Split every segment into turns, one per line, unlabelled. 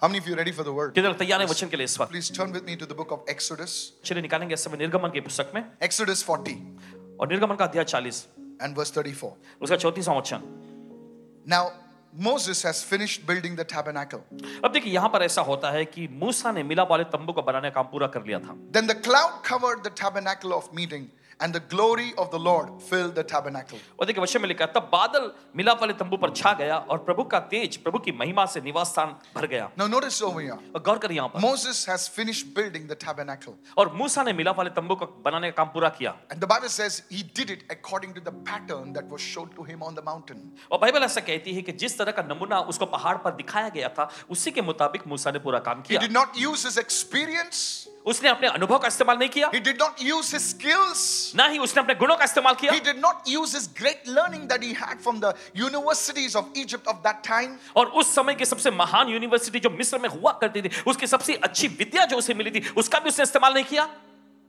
How many of you are ready for the word?
कितने लोग तैयार है वचन के लिए इस वक्त
Please turn with me to the book of Exodus,
चलिए निकालेंगे इस समय निर्गमन की पुस्तक में
Exodus 40
और निर्गमन का अध्याय चालीस
and verse 34.
उसका चौतीसवां वचन
Now, Moses has finished building the tabernacle.
अब देखिए यहाँ पर ऐसा होता है कि मूसा ने मिला वाले तंबू को बनाने का काम पूरा कर लिया था
Then the cloud covered the tabernacle of meeting, and the glory of the Lord filled the tabernacle.
और देखिए वचन में लिखा है, तब बादल मिलाप वाले तंबू पर छा गया और प्रभु का तेज प्रभु की महिमा से निवास स्थान भर गया
Now, notice over here
और गौर कर यहाँ पर
Moses has finished building the tabernacle.
और मूसा ने मिलाप वाले तंबू को बनाने का काम पूरा किया
And the Bible says he did it according to the pattern that was shown to him on the mountain.
और बाइबल ऐसा कहती है कि जिस तरह का नमूना उसको पहाड़ पर दिखाया गया था उसी के मुताबिक मूसा ने पूरा काम
He
किया
did not use his experience,
उसने अपने अनुभव का इस्तेमाल नहीं किया
he did not use his skills.
ना ही उसने अपने गुणों का इस्तेमाल किया
He did not use his great learning that he had from the universities of Egypt of that time.
और उस समय की सबसे महान यूनिवर्सिटी जो मिस्र में हुआ करती थी उसकी सबसे अच्छी विद्या जो उसे मिली थी उसका भी उसने इस्तेमाल नहीं किया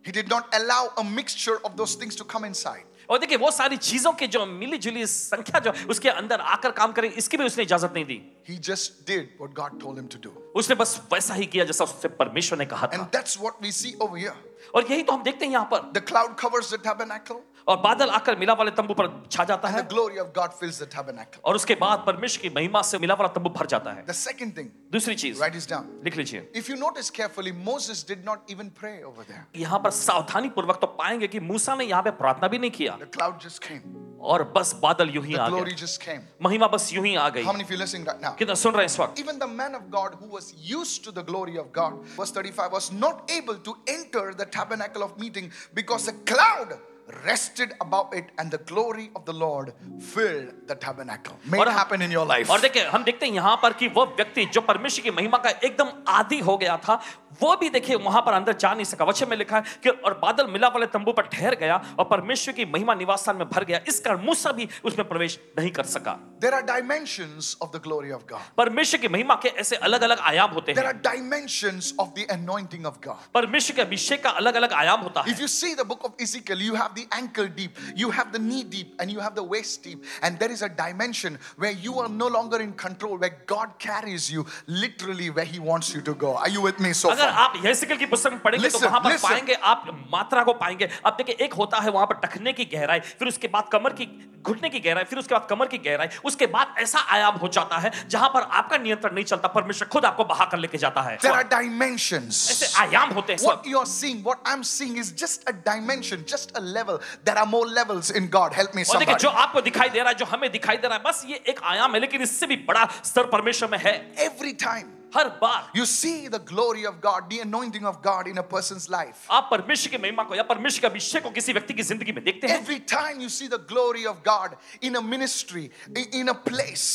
He did not allow a mixture of those things to come inside.
और देखिए वो सारी चीजों के जो मिली जुली संख्या जो उसके अंदर आकर काम करे इसकी भी उसने इजाजत नहीं दी
He just did what God told him to do.
उसने बस वैसा ही किया जैसा उससे परमेश्वर ने कहा
And
था
that's what we see over here.
और यही तो हम देखते हैं यहाँ पर
The cloud covers the tabernacle,
और बादल आकर मिला वाले तंबू पर छा जाता
and the
है
glory of God fills the tabernacle.
और उसके बाद परमेश्वर की महिमा से मिला वाला तंबू भर जाता है
The second thing,
दूसरी चीज
write this down.
लिख लीजिए
If you notice carefully, Moses did not even pray over there.
यहाँ पर सावधानी पूर्वक तो पाएंगे कि मूसा ने यहाँ पे प्रार्थना भी नहीं किया
The cloud just came,
और बस बादल यूं ही
the
आ
glory हाँ।
गया
just came.
महिमा बस यूं ही आ गई
How many of you listening right now?
कितना सुन रहे हैं इस वक्त
Even the man of God who was used to the glory of God, verse 35, was not able to enter the tabernacle of meeting because the cloud rested about it and the glory of the Lord filled the tabernacle. May it
और-
happen in your life.
और देखिए हम देखते हैं यहाँ पर कि वो व्यक्ति जो परमेश्वर की महिमा का एकदम आदि हो गया था वो भी देखिए वहां पर अंदर जा नहीं सका वचन में लिखा है कि और बादल मिला वाले तंबू पर ठहर गया और परमेश्वर की महिमा निवास स्थान में भर गया इस कारण मूसा भी उसमें प्रवेश नहीं कर सका
There are dimensions of the glory of God.
परमेश्वर की महिमा के ऐसे अलग अलग आयाम होते
There are
हैं
dimensions of the anointing of God.
परमेश्वर के अभिषेक का अलग अलग आयाम होता है
If you see the book of Ezekiel, you have the ankle deep, you have the knee deep, and you have the waist deep. And there is a dimension where you are no longer in control, where God carries you literally where He wants you to go. Are you with me so
अगर
far?
आप यहसिकल की पुस्तक में पढ़ेंगे
तो
तो
Listen,
वहां पर
listen.
पाएंगे आप मात्रा को पाएंगे आप देखिए एक होता है वहां पर टखने की गहराई फिर उसके बाद कमर की घुटने की गहराई फिर उसके बाद कमर की गहराई उसके बाद ऐसा आयाम हो जाता है जहां पर आपका नियंत्रण नहीं चलता परमेश्वर खुद आपको बहा कर लेके जाता है
There are
ऐसे
dimensions.
आयाम होते हैं
What
सब
you're seeing, what I'm seeing is just a dimension, just a level. There are more levels in God. Help me,
और देखिए
somebody.
जो आपको दिखाई दे रहा है जो हमें दिखाई दे रहा है बस ये एक आयाम है लेकिन इससे भी बड़ा स्तर परमेश्वर में है
Every time
हर बार
you see the glory of God, the anointing of God in a person's life,
आप परमेश्वर की महिमा को या परमेश्वर के अभिषेक को किसी व्यक्ति की जिंदगी में देखते हैं
every time you see the glory of God in a ministry, i- in a place,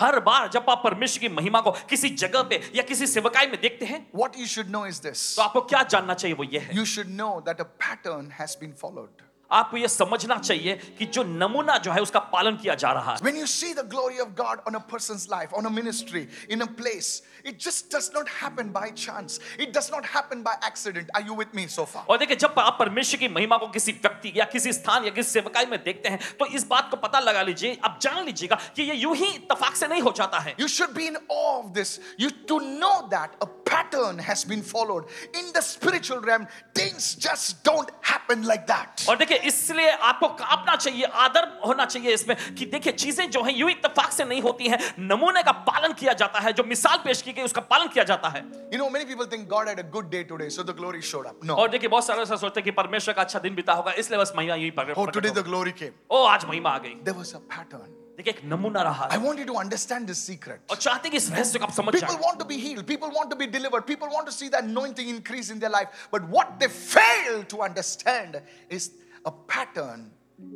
हर बार जब आप परमेश्वर की महिमा को किसी जगह पे या किसी सेवकाई में देखते हैं
What you should know is this
तो आपको क्या जानना चाहिए वो ये है
you should know that a pattern has been followed.
आपको ये समझना चाहिए कि जो नमूना जो है उसका पालन किया जा रहा है
When you see the glory of God on a person's life, on a ministry, in a place, it just does not happen by chance. It does not happen by accident. Are you with me so far?
और देखिए जब आप परमेश्वर की महिमा को किसी व्यक्ति या किसी स्थान या किसी सेवकाई में देखते हैं तो इस बात को पता लगा लीजिए आप जान लीजिएगा कि ये यूं ही इतफाक से नहीं हो जाता है
You should be in awe of this. You to know that a pattern has been followed. In the spiritual realm, things just don't happen like that.
और देखिए इसलिए आपको कांपना चाहिए आदर होना चाहिए इसमें कि देखिए चीजें जो हैं यूं इतफाक से नहीं होती हैं नमूने का पालन किया जाता है जो मिसाल पेश की गई उसका पालन किया जाता है
You know, many people think God had a good day today, so the glory showed up. No.
और देखिए बहुत सारे ऐसा सोचते हैं कि परमेश्वर का अच्छा दिन बीता होगा इसलिए बस महिमा यही प्रकट
Oh, today
प्रकट
the
होगा।
glory came.
ओ आज महिमा आ गई
There was a pattern.
देखिए एक नमूना रहा
I
है
want you to understand this secret.
और चाहते हैं कि इस रहस्य को आप समझ
People
जाए
want to be healed. People want to be delivered. People want to see the anointing increase in their life. But what they fail to understand is a pattern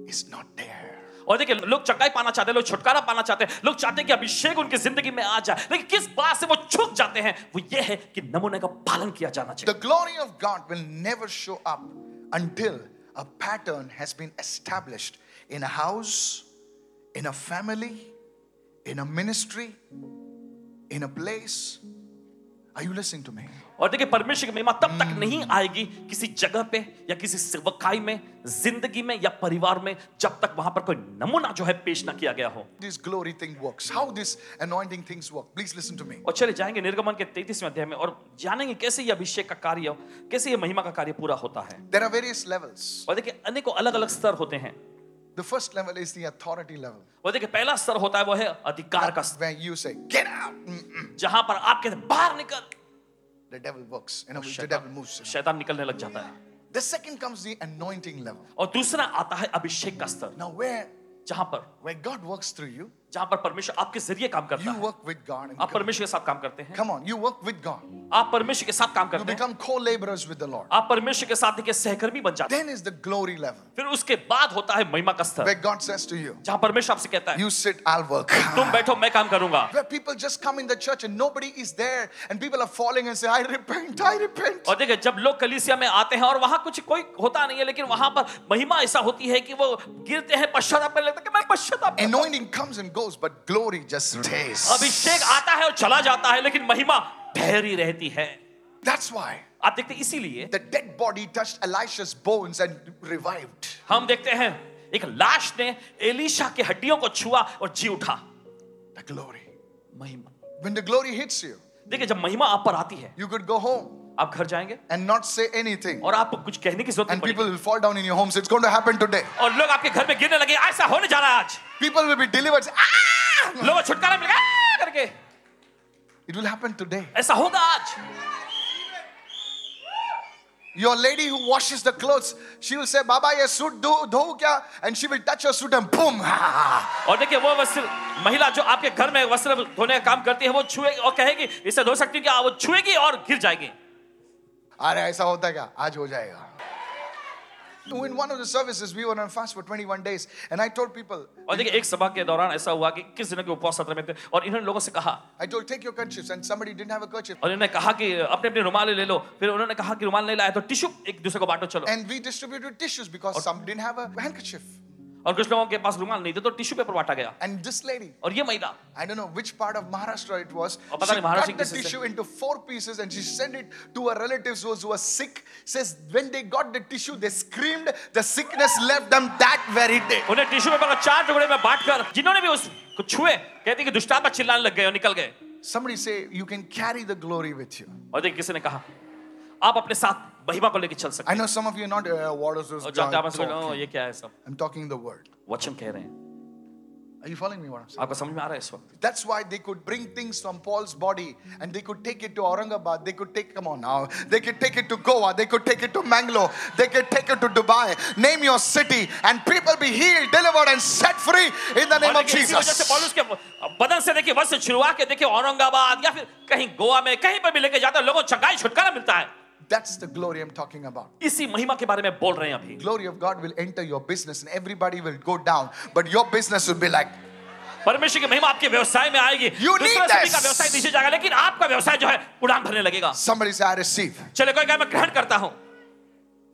is not there.
और देखिए लोग चंगाई पाना चाहते हैं लोग छुटकारा पाना चाहते हैं लोग चाहते हैं कि अभिषेक उनकी जिंदगी में आ जाए लेकिन किस बात से वो छुप जाते हैं वो ये है कि नमूने का पालन किया जाना
The
चाहिए
glory of God will never show up until a pattern has been established in a house, in a family, in a ministry, in a place, Are you listening to me?
और देखिए परमेश्वर की महिमा तब तक नहीं आएगी किसी जगह पे या किसी सेवकाई में जिंदगी में या परिवार में जब तक वहां पर कोई नमूना जो है पेश ना किया गया हो
This glory thing works. How this anointing things work. Please listen to me.
और चले जाएंगे निर्गमन के 33वें अध्याय में और जानेंगे कैसे ये अभिषेक का कार्य कैसे ये महिमा का कार्य पूरा होता है
There are various levels.
और देखिए अनेकों अलग अलग स्तर होते हैं
The first level is the authority level,
और देखिए पहला स्तर होता है वो है अधिकार का स्तर
where you say, "Get out!" Mm-mm.
जहां पर आप कहते हैं, बाहर निकल
The devil works. You know, the devil moves.
शैतान, शैतान निकलने लग जाता है
The second comes the anointing level.
और दूसरा आता है अभिषेक का स्तर
Now, where
जहां पर
where God works through you,
जहां पर परमेश्वर आपके जरिए काम करता
you
है
work with God. And
आप
God.
परमेश्वर के साथ काम करते हैं
Come on, you work with God.
आप परमेश्वर के साथ काम
You
करते हैं
become co-laborers with the Lord.
आप परमेश्वर के साथ देखिए सहकर्मी बन जाते हैं
Then is the glory level,
फिर उसके बाद होता है महिमा का स्तर
where God says to you,
जहां परमेश्वर आपसे कहता है
"You sit, I'll work."
तुम बैठो मैं काम करूंगा
Where people just come in the church and nobody is there, and people are falling and say, "I repent, I repent."
और देखिए जब लोग कलीसिया में आते हैं और वहां कुछ कोई होता नहीं है लेकिन वहां पर महिमा ऐसा होती है कि वो गिरते हैं पश्चाताप में लगता है कि मैं पश्चाताप करता हूं।
Anointing comes and goes, but glory just stays.
अभिषेक आता है और चला जाता है लेकिन महिमा ठहरी रहती है
That's why
आप देखते हैं इसीलिए
the dead body touched Elisha's bones and revived.
हम देखते हैं एक लाश ने एलिशा की हड्डियों को छुआ और जी उठा
The glory.
महिमा
When the glory hits you,
देखिए जब महिमा आप पर आती है
you could go home
आप घर जाएंगे
and not say anything,
और आपको कुछ कहने की जरूरत नहीं
and
पड़ेगी
people will fall down in your homes. It's going to happen today.
और लोग आपके घर में गिरने लगे ऐसा होने जा रहा है आज
People will be delivered. Ah!
लोगों को छुटकारा मिलेगा "आ!" करके
It will happen today.
ऐसा होगा आज
Your lady who washes the clothes, she will say, Baba, ye suit do, do kya? And she will touch your suit and boom.
और देखिए वो वस्त्र महिला जो आपके घर में वस्त्र धोने का काम करती है वो छुएगी और कहेगी इसे धो सकती हूँ क्या वो छुएगी और गिर जाएगी
अरे ऐसा होता है क्या आज हो जाएगा In one of the services, we were on fast for 21 days, and I told people,
और देखिए एक सभा के दौरान ऐसा हुआ कि किस दिन के उपवास सत्र में थे और इन्होंने लोगों से कहा
I told, take your kerchiefs, and somebody didn't have a kerchief.
और इन्होंने कहा कि अपने अपने रुमाल ले लो फिर उन्होंने कहा कि रुमाल नहीं लाया तो टिश्यू एक दूसरे को बांटो चलो
And we distributed tissues because some didn't have a handkerchief.
और कुछ लोगों के पास रुमाल नहीं थे तो टिश्यू पेपर बांटा गया
And this lady,
और ये महिला
I don't know which part of Oh, Maharashtra it was.
और पता
She
नहीं महाराष्ट्र
cut the
किस हिस्से
tissue into four pieces and she sent it to her relatives who were sick. Says when they got the tissue, they screamed. The sickness left them that very day.
उन्हें tissue paper को चार टुकड़े में बांटकर जिन्होंने भी उसको छुए कहते कि दुष्टात्मा चिल्लाने लग गए और निकल गए
Somebody say you can carry the glory with you.
और देखिए किसी ने कहा आप अपने साथ महिमा को लेकर चल सकते
I know some of you are not uh, what is this
हो और
guy
जानते हैं, आप ऐसे बोले, "ओ,
talking?"
ये क्या है सब
I'm talking the word.
वचन कह रहे हैं
Are you following me? What I'm saying?
आपको समझ में आ रहा है इस वक्त
That's why they could bring things from Paul's body and they could take it to Aurangabad. They could take, come on now, they could take it to Goa. They could take it to Mangalore. They could take it to Dubai. Name your city and people be healed, delivered, and set free in the name of
और देखिए, इसी वजह से
Jesus.
पौलुस के बदन से देखिए वस्त्र छुड़वा के देखिए औरंगाबाद या फिर कहीं गोवा में कहीं पर भी लेके जाते हैं लोगों को चंगाई छुटकारा मिलता है
That's the glory I'm talking about.
इसी महिमा के बारे में बोल रहे हैं अभी
Glory of God will enter your business and everybody will go down, but your business will be like,
परमेश्वर की महिमा आपके व्यवसाय में आएगी
You need
दूसरा सभी
this.
का व्यवसाय नीचे जाएगा लेकिन आपका व्यवसाय जो है उड़ान भरने लगेगा
somebody say, I receive.
चले कोई कहे, मैं ग्रहण करता हूँ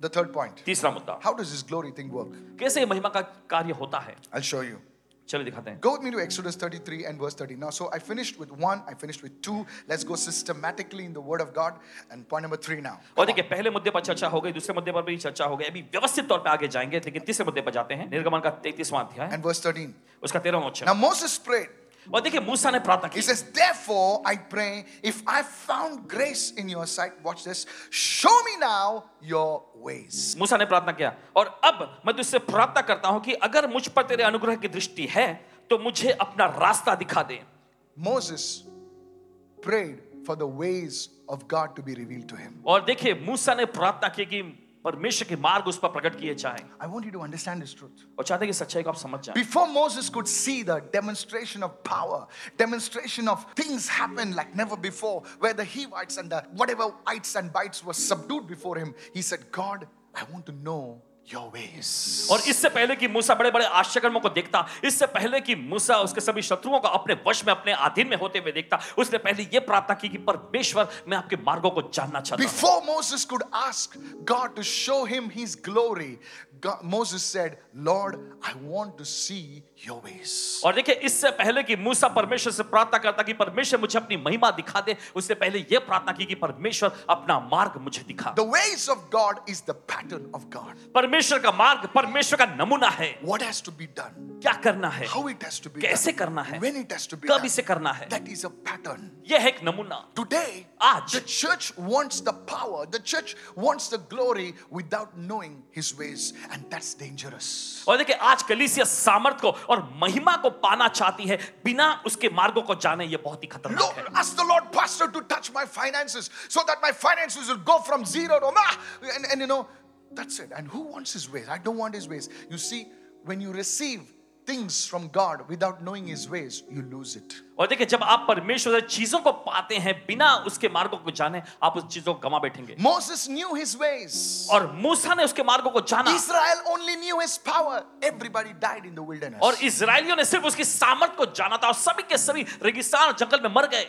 The third point.
तीसरा मुद्दा
How does this glory thing work?
कैसे ये महिमा का कार्य होता है
I'll show you.
चलो दिखाते हैं
Go with me to Exodus 33 and verse 30. Now, so I finished with one, I finished with two. Let's go systematically in the Word of God. And point number three now.
और देखिए पहले मुद्दे पर चर्चा हो गई दूसरे मुद्दे पर भी चर्चा हो गई अभी व्यवस्थित तौर पर आगे जाएंगे लेकिन तीसरे मुद्दे पर जाते हैं निर्गमन का 33वां अध्याय
And verse 13.
उसका 13वां वचन
Now, Moses prayed.
और देखिए मूसा ने प्रार्थना
He
की
says, Therefore, I pray, if I found grace in your sight, watch this, show me now your ways.
मूसा ने प्रार्थना किया और अब मैं तुझसे प्रार्थना करता हूं कि अगर मुझ पर तेरे अनुग्रह की दृष्टि है तो मुझे अपना रास्ता दिखा दे
Moses prayed for the ways of God to be revealed to him.
और देखिए मूसा ने प्रार्थना की कि परमेश्वर के मार्ग उस पर प्रकट किए जाएं
I want you to understand this truth.
और चाहते हैं कि सच्चाई को आप समझ जाएं
Before Moses could see the demonstration of power, demonstration of things happened like never before, where the Hevites and the whatever ites and bites were subdued before him, he said, God, I want to know your ways.
और इससे पहले कि मूसा बड़े बड़े आश्चर्यकर्मों को देखता इससे पहले कि मूसा उसके सभी शत्रुओं को अपने वश में अपने अधीन में होते हुए देखता उसने पहले ये प्रार्थना की कि परमेश्वर मैं आपके मार्गों को जानना चाहता हूं
Before Moses could ask God to show him his glory, God, Moses said, Lord, I want to see your ways.
और देखिए इससे पहले कि मूसा परमेश्वर से प्रार्थना करता कि परमेश्वर मुझे अपनी महिमा दिखा दे उससे पहले यह प्रार्थना की कि परमेश्वर अपना मार्ग मुझे दिखा
The ways of God is the pattern of God.
परमेश्वर का मार्ग परमेश्वर का नमूना है
What has to be done,
क्या करना है
how it has to be
कैसे
done,
करना है
when it has to be
कब
done.
इसे करना है
That is a pattern.
यह है एक नमूना
Today,
Aaj.
the church wants the power, the church wants the glory without knowing his ways, and that's dangerous.
और देखिए आज कलीसिया सामर्थ को और महिमा को पाना चाहती है बिना उसके मार्गों को जाने ये बहुत ही
Lord,
खतरनाक है
ask the Lord, Pastor, to touch my finances so that my finances will go from zero to ah, and, and you know, that's it. And who wants his ways? I don't want his ways. You see, when you receive things from God without knowing his ways, you lose it.
और देखिए जब आप परमेश्वर से चीजों को पाते हैं बिना उसके मार्गों को जाने आप उस चीजों को गमा बैठेंगे
Moses knew his ways.
और मूसा ने उसके मार्गों को जाना
Israel only knew his power. Everybody died in the wilderness.
और इसराइलियों ने सिर्फ उसकी सामर्थ को जाना था और सभी के सभी रेगिस्तान और जंगल में मर गए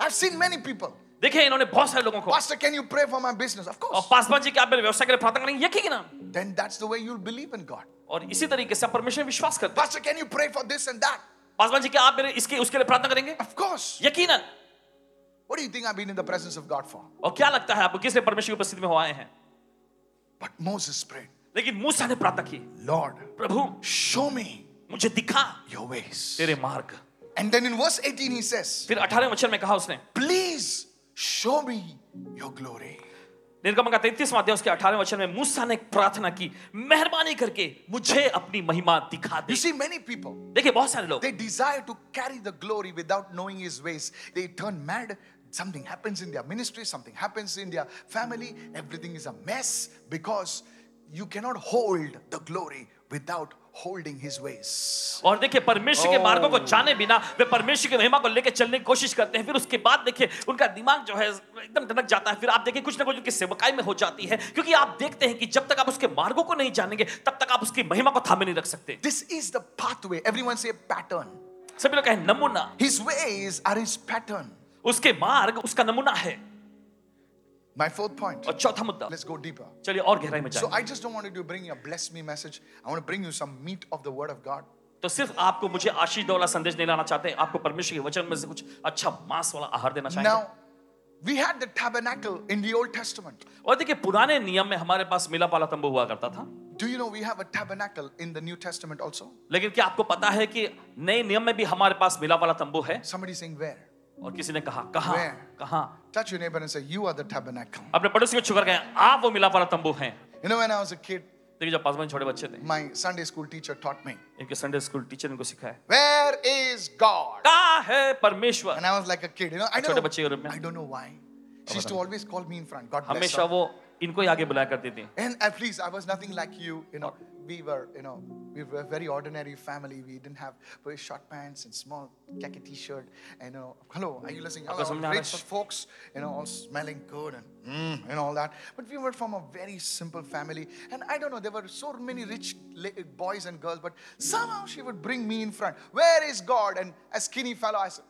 I've seen many people.
देखिए इन्होंने बहुत सारे लोगों को
Pastor, can you pray for my business? Of
और
course.
पासवान जी के आप मेरे व्यवसाय के लिए प्रार्थना करेंगे यकीन
Then that's the way you'll believe in God.
और इसी तरीके से आप परमेश्वर में विश्वास करते हैं
Pastor, can you pray for this and that?
Paswan ji के आप मेरे इसके उसके लिए प्रार्थना करेंगे
Of course.
यकीनन
What do you think I've been in the presence of God for?
और क्या लगता है आपको किस लिए परमेश्वर की उपस्थिति में हो आए हैं
But Moses prayed,
लेकिन मूसा ने प्रार्थना की
Lord,
प्रभु
show me
मुझे दिखा
your ways.
तेरे मार्ग
And then in verse 18, he says,
फिर 18वें वचन में कहा उसने
Please show me your glory.
निर्गमन का 33वां अध्याय उसके 18वें वचन में मूसा ने एक प्रार्थना की मेहरबानी करके मुझे अपनी महिमा दिखा दे
You see, many people,
देखिए बहुत सारे लोग
they desire to carry the glory without knowing his ways. They turn mad. Something happens in their ministry, something happens in their family. Everything is a mess because you cannot hold the glory without holding his ways.
और देखिए परमेश्वर के मार्गों को जाने बिना वे परमेश्वर की महिमा को लेकर चलने की कोशिश करते हैं फिर उसके बाद देखिए उनका दिमाग जो है एकदम ढनक जाता है फिर आप देखिए कुछ ना कुछ उनकी सेवकाई में हो जाती है क्योंकि आप देखते हैं कि जब तक आप उसके मार्गों को नहीं जानेंगे तब तक आप उसकी महिमा को थामे नहीं रख सकते
This is the pathway. Everyone say pattern.
सभी लोग कहें नमूना
His ways are his pattern.
उसके मार्ग उसका नमूना है
My fourth point.
और चौथा मुद्दा
Let's go deeper.
चलिए और गहराई में
So
जाए
I just don't want to do bring a bless me message. I want to bring you some meat of the word of God.
तो सिर्फ आपको मुझे आशीष दो वाला संदेश नहीं लाना चाहते हैं आपको परमेश्वर के वचन में से कुछ अच्छा मांस वाला आहार देना चाहेंगे
Now, we had the tabernacle in the Old Testament.
और देखिए पुराने नियम में हमारे पास मिला पाला तंबू हुआ करता था
Do you know we have a tabernacle in the New Testament also?
लेकिन क्या आपको पता है कि नए नियम में भी हमारे पास मिला वाला तंबू है
Somebody saying where?
और किसी ने कहा कहा
Where?
कहा
Touch your neighbor and say, You are the tabernacle.
अपने पड़ोसी को छुकर गए आप वो मिला वाला तंबू हैं
You know, when I was a kid,
देखिए जब पासवान छोटे बच्चे थे
my Sunday school teacher taught me,
इनके संडे स्कूल टीचर इनको सिखाया
Where is God?
कहा है परमेश्वर
And I was like a kid, you know, I don't
छोटे बच्चे के रूप
know,
में।
I don't know why. She used to always call me in front. God bless
हमेशा
her.
वो इनको ही आगे बुलाया करती थी
And uh, please, I was nothing like you. You know, we were, you know, we were a very ordinary family. We didn't have very short pants and small khaki t-shirt. And you know, hello, are you listening?
आपको
All
समझ में आ रहा है
rich
sir?
folks, you know, all smelling good and mm, and all that. But we were from a very simple family. And I don't know, there were so many rich la- boys and girls. But somehow she would bring me in front. Where is God? And a skinny fellow, I said.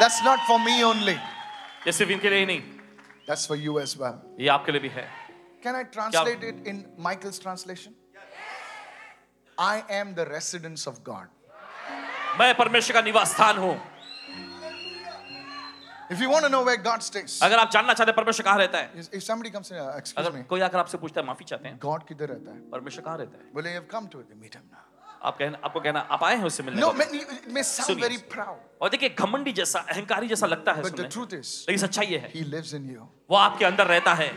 That's not for me only.
ये सिर्फ इनके लिए ही नहीं
That's for you as well.
ये आपके लिए भी है
Can I translate it in Michael's translation? I am the residence of God.
मैं परमेश्वर का निवास स्थान हूँ
If you want to know where God stays,
अगर आप जानना चाहते हैं परमेश्वर कहाँ रहता है
if somebody comes in, uh, excuse
अगर
me,
कोई आकर आपसे पूछता है माफी चाहते हैं
God किधर रहता है?
परमेश्वर कहाँ रहता है
Well, you have come to it. Meet him now.
आप कहना आपको कहना आप आए हैं उससे मिलने
No,
को।
many- it may sound
सुनिए।
very proud,
और देखिए घमंडी जैसा अहंकारी जैसा लगता है
but the
सुनने
truth is,
लेकिन सच्चाई ये है
He lives in you.
वो आपके अंदर रहता है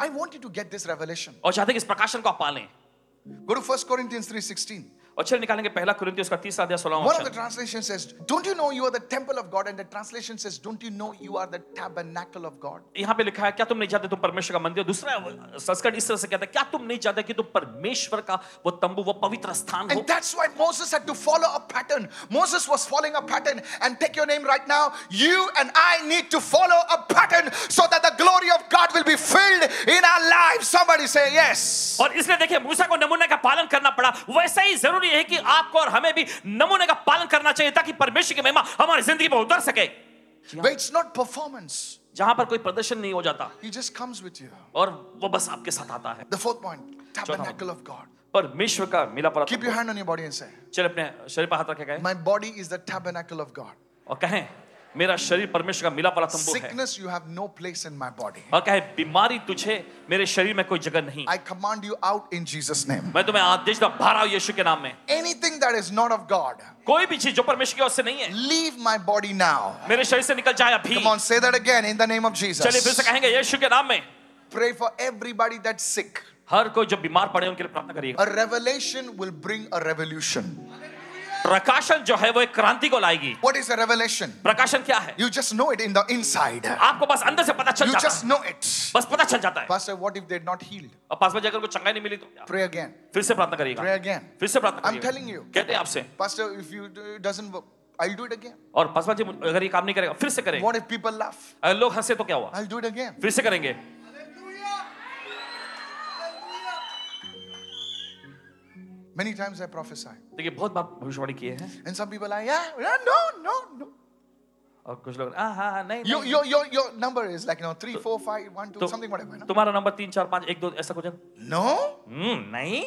I want you to get this revelation.
और चाहते हैं कि इस प्रकाशन को आप पालें
Go to 1 Corinthians 3:16.
और चलिए निकालेंगे पहला कुरिन्थियों उसका तीसरा अध्याय सोलह
One of the
वचन
translations says, "Don't you know you are the temple of God?" And the translation says, "Don't you know you are the tabernacle of God?"
यहाँ पे लिखा है क्या तुम नहीं जानते तुम परमेश्वर का मंदिर हो?" दूसरा संस्करण इस तरह से कहता है क्या तुम नहीं जानते कि तुम परमेश्वर का वो तंबू वो पवित्र स्थान हो
And that's why Moses had to follow a pattern. Moses was following a pattern. And take your name right now. You and I need to follow a pattern so that the glory of God will be filled in our lives. Somebody say yes. Jesus.
और इसलिए देखिए मूसा को नमूने का पालन करना पड़ा वैसे ही जरूरी है कि आपको और हमें भी नमूने का पालन करना चाहिए ताकि परमेश्वर की महिमा हमारी जिंदगी में उतर सके
Where it's not performance,
जहां पर कोई प्रदर्शन नहीं हो जाता
He just comes with you.
और वो बस आपके साथ आता है
The fourth point tabernacle of God.
परमेश्वर का मिला पड़ा
Keep your hand on your body and say,
चले अपने शरीर पर हाथ रखे गए
My body is the tabernacle of God.
और कहें मेरा शरीर परमेश्वर का मिला पड़ा तंबू है
Sickness, you have no place in my body.
और कहे बीमारी तुझे मेरे शरीर में कोई जगह नहीं
I command you out in Jesus' name.
मैं तुम्हें आदेश देता हूं, बाहर आओ यीशु के नाम में
Anything that is not of God,
कोई भी चीज जो परमेश्वर की ओर से नहीं है
leave my body now.
मेरे शरीर से निकल जाए अभी
Come on, say that again in the name of
चलिए फिर से
Jesus.
कहेंगे यीशु के नाम में
Pray for everybody that's sick.
हर कोई जो बीमार पड़े उनके लिए प्रार्थना करिएगा
A revelation will bring a revolution.
प्रकाशन जो है वो एक क्रांति को लाएगी
What is a revelation?
प्रकाशन क्या है
You just know it in the inside.
आपको बस अंदर से पता चल
You
जाता
just
है
know it.
बस पता चल जाता है
Pastor, what if they're not healed?
और पास में जाकर कुछ चंगाई नहीं मिली तो क्या?
Pray again.
फिर से प्रार्थना
Pray
करिएगा
again.
फिर से प्रार्थना
I'm
करिएगा
telling you.
कहते हैं आपसे
Pastor, if you it doesn't work, I'll do it again.
और पासवा जी मुझ- अगर ये काम नहीं करेगा फिर से करें
What if people laugh?
अगर लोग हंसे तो क्या हुआ
I'll do it again.
फिर से करेंगे
Many times I prophesy.
देखिए बहुत बार भविष्यवाणी किए हैं
And some people are, yeah, yeah, no, no, no.
और कुछ लोग हाँ हाँ हाँ, नहीं,
Your,
नहीं
your, your, your number is like, you know, three, four, five, one, two,
तो-
something, whatever. No?
तुम्हारा नंबर तीन चार पाँच एक दो ऐसा कुछ है
no?
हम्म, नहीं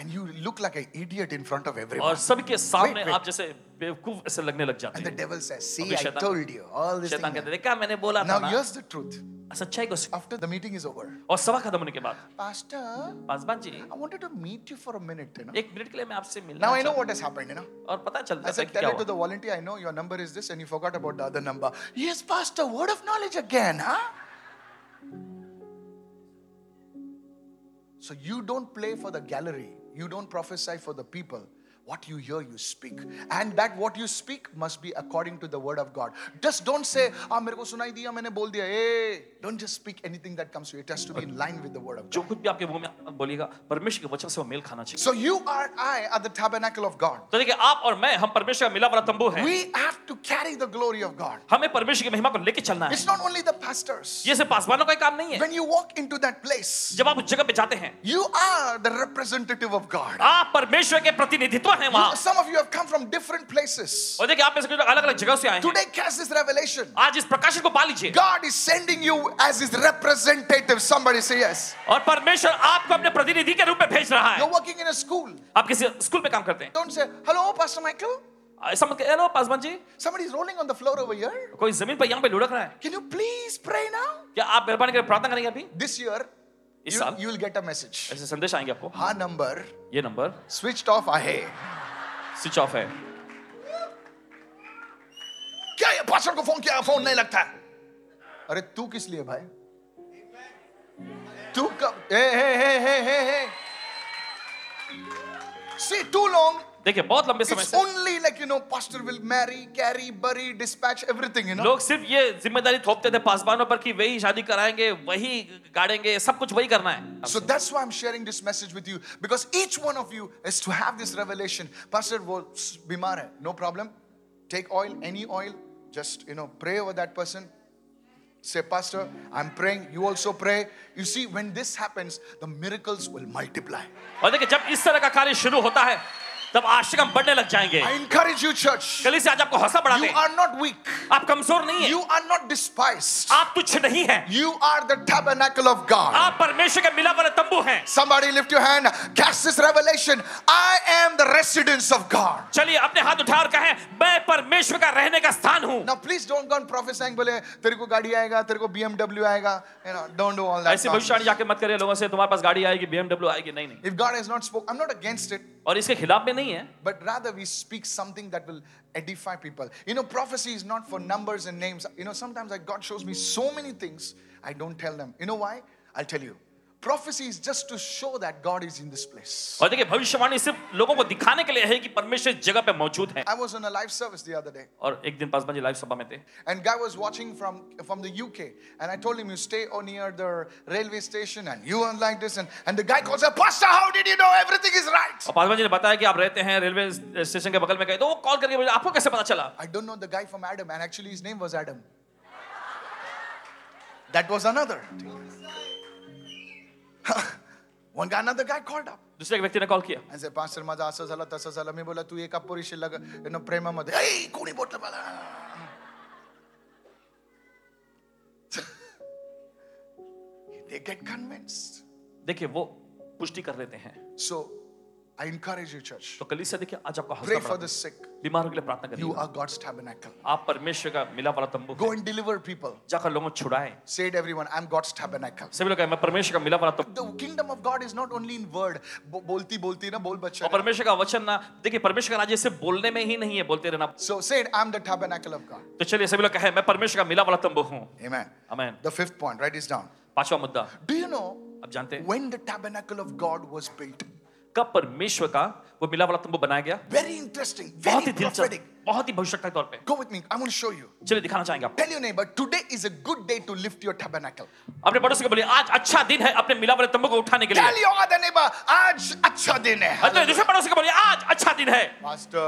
And you look like an idiot in front of
और
everyone.
सबके सामने
wait.
आप जैसे बेवकूफ ऐसे लगने लग जाते
And
हैं
the devil says, see,
अभी
I
शैतान-
told you all this
शैतान
thing.
कहते देखा मैंने बोला था
Now,
ना
here's the truth.
सच्चाई को सीख-
After the meeting is over,
और सवा खत्म होने के बाद
Pastor,
pastor ji
I wanted to meet you for a minute. You know?
एक मिनट के लिए मैं आपसे मिलना
Now I know
चाहता
what has happened, you know.
हूं। और पता चल
I
जाता है
said,
कि
tell
क्या
it to
हुआ
the volunteer, I know your number is this, and you forgot about the other number. Yes, Pastor, word of knowledge again, huh? So you don't play for the gallery, you don't prophesy for the people. What you hear, you speak. And that what you speak must be according to the word of God. Just don't say, ah, मेरे को सुनाई दिया, मैंने बोल दिया. Hey, don't just speak anything that comes to you. It has to be in line with the word of God.
जो कुछ भी आपके मुंह में आप बोलिएगा परमेश्वर के वचन से वो मेल खाना चाहिए
So you are, I are the tabernacle of God.
तो देखिए आप और मैं हम परमेश्वर का मिला वाला तंबू है
We have to carry the glory of God.
हमें परमेश्वर की महिमा को लेके चलना है
It's not only the pastors.
ये सिर्फ पासवानों का ही काम नहीं है
When you walk into that place,
जब आप उस जगह पे जाते हैं
you are the representative of God.
आप परमेश्वर के प्रतिनिधित्व हैं वहां
Some of you have come from different places.
और देखिए आप में से कुछ अलग अलग जगह से आए हैं
Today, catch this revelation.
आज इस प्रकाशन को पा लीजिए
God is sending you as his representative. Somebody say yes.
और परमेश्वर आपको अपने प्रतिनिधि के रूप में भेज रहा है
You're working in a school.
आप किसी स्कूल में काम करते हैं
Don't say, hello, Pastor Michael.
ऐसा मत कहिए, hello Paswan ji
Somebody's rolling on the floor over here.
कोई जमीन पर यहाँ पे लुढ़क रहा है
Can you please pray now?
क्या आप मेहरबानी करके प्रार्थना करेंगे अभी
This year,
इस
you,
साल
you'll get a message.
ऐसे संदेश आएंगे आपको
Our number
ये number
switched off. Ahe.
Switch off है
क्या ये पास्टर को फोन किया फोन नहीं लगता है अरे तू किस लिए भाई तू कब हे हे हे हे हे हे See, too long.
देखिए बहुत लंबे समय
It's
से
only like you know, pastor will marry, carry, bury, dispatch everything. You know,
लोग सिर्फ ये जिम्मेदारी थोपते थे पासवानों पर कि वही शादी कराएंगे वही गाड़ेंगे सब कुछ वही करना है
so that's why I'm sharing this message with you because each one of you is to have this revelation. Pastor, वो बीमार है, no problem. Take oil, any oil. Just you know, pray over that person. Say, Pastor, I'm praying. You also pray. You see, when this happens, the miracles will multiply.
और देखिए जब इस तरह का कार्य शुरू होता है तब आश्रम बढ़ने लग जाएंगे
I encourage you, church.
कली से आज आपको हौसला बढ़ा
You
they
are not weak.
आप कमजोर नहीं है
You are not despised.
आप तुच्छ नहीं है
You are the tabernacle of God.
आप परमेश्वर के मिला वाला तंबू हैं
Somebody lift your hand. Catch this revelation. I am the residence of God.
चलिए अपने हाथ उठा और कहें मैं परमेश्वर का रहने का स्थान हूँ
Now please don't go on prophesying. बोले तेरे को गाड़ी आएगा, तेरे को BMW आएगा. You know, don't do all that.
ऐसी भविष्यवाणी
nonsense.
जाके मत करिए लोगों से तुम्हारे पास गाड़ी आएगी बीएमडब्ल्यू आएगी नहीं नहीं
If God has not spoken, I'm not against it.
और इसके खिलाफ में नहीं है
But rather, we speak something that will edify people. You know, prophecy is not for numbers and names. You know, sometimes like God shows me so many things, I don't tell them. You know why? I'll tell you. Prophecy is just to show that God is in this place.
और देखिए भविष्यवाणी सिर्फ लोगों को दिखाने के लिए है कि परमेश्वर इस जगह पे मौजूद है
I was on a live service the other day,
और एक दिन पासवान जी लाइव सभा में थे
and guy was watching from from the UK, and I told him, "You stay on near the railway station, and you are like this." And, and the guy calls up, "Pastor, how did you know everything is right?"
और पासवान जी ने बताया कि आप रहते हैं railway station के बगल में गए तो वो कॉल करके बोले, आपको कैसे पता चला
I don't know the guy from Adam, and actually his name was Adam. That was another. thing. One guy, another guy called up
दूसरे एक व्यक्ति ने कॉल किया
and said, Pastor, माझं असं झालं तसं झालं मी बोला तू एका पोरीशी लग you know, प्रेमामध्ये "ऐ, कोणी बोटलं मला They get convinced.
देखिए वो पुष्टि कर लेते हैं
So I encourage you, church.
तो कलीसिया देखिए आज आपका हौसला
Pray for
बढ़ाओ।
the sick.
बीमारों के लिए प्रार्थना
You
करिए
are God's tabernacle.
आप परमेश्वर का मिला वाला तंबू
Go and deliver people.
जाकर लोगों को छुड़ाएं
Say it everyone, I'm God's tabernacle.
सभी लोग कहें, मैं परमेश्वर का मिला वाला तंबू
The kingdom of God is not only in word. बो- बोलती बोलती ना बोल
और
बच्चा
परमेश्वर का वचन ना देखिए परमेश्वर का राज्य सिर्फ बोलने में ही नहीं है बोलते रहना
So say it, I'm the tabernacle of God.
तो चलिए सभी लोग कहे मैं परमेश्वर का मिला वाला तंबू हूँ
Amen.
Amen
The fifth point, write this down.
पांचवा मुद्दा
Do you know
आप जानते हैं
when the tabernacle of God was built?
कब परमेश्वर का वो मिला वाला तंबू बनाया गया
Very interesting,
बहुत ही
very prophetic.
दिलचस्प बहुत ही भविष्यता के तौर पे
Go with me, I'm going to show you.
चलिए दिखाना चाहेंगे आपको
Tell your neighbor, today is a good day to lift your tabernacle.
अपने पड़ोसी को बोलिए आज अच्छा दिन है अपने मिला वाले तंबू को उठाने के
Tell
लिए
your other neighbor, आज अच्छा दिन है.
अपने दूसरे पड़ोसी को बोलिए आज अच्छा दिन है
Pastor,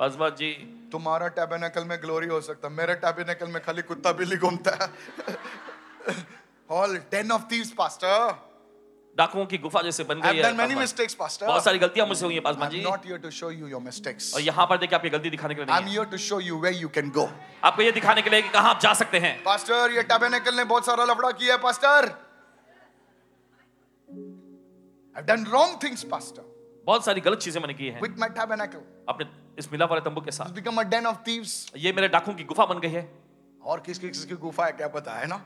पासवान जी
तुम्हारा टैबेनेकल में ग्लोरी हो सकता है मेरे टैबेनेकल में खाली कुत्ता बिल्ली घूमता है all ten of thieves pastor
डाकुओं की गुफा जैसे बन
i've
गई है
done many
pastor.
mistakes pastor
बहुत सारी गलतियां मुझसे हुई है pastor
i'm
ji
not here to show you your mistakes
और यहाँ पर देखिए आपकी गलती दिखाने के लिए
i'm
नहीं है।
here to show you where you can go
आपको ये दिखाने के लिए कि कहाँ आप जा सकते हैं
pastor ये टैबेनेकल ने बहुत सारा लफड़ा किया है pastor i've done wrong things pastor
बहुत सारी गलत चीजें मैंने की हैं
with my tabernacle
अपने इस मिला वाले तंबू के साथ
it's become a den of thieves
ये मेरे डाकुओं की गुफा बन गई है
और किसकी किसकी गुफा है क्या पता है ना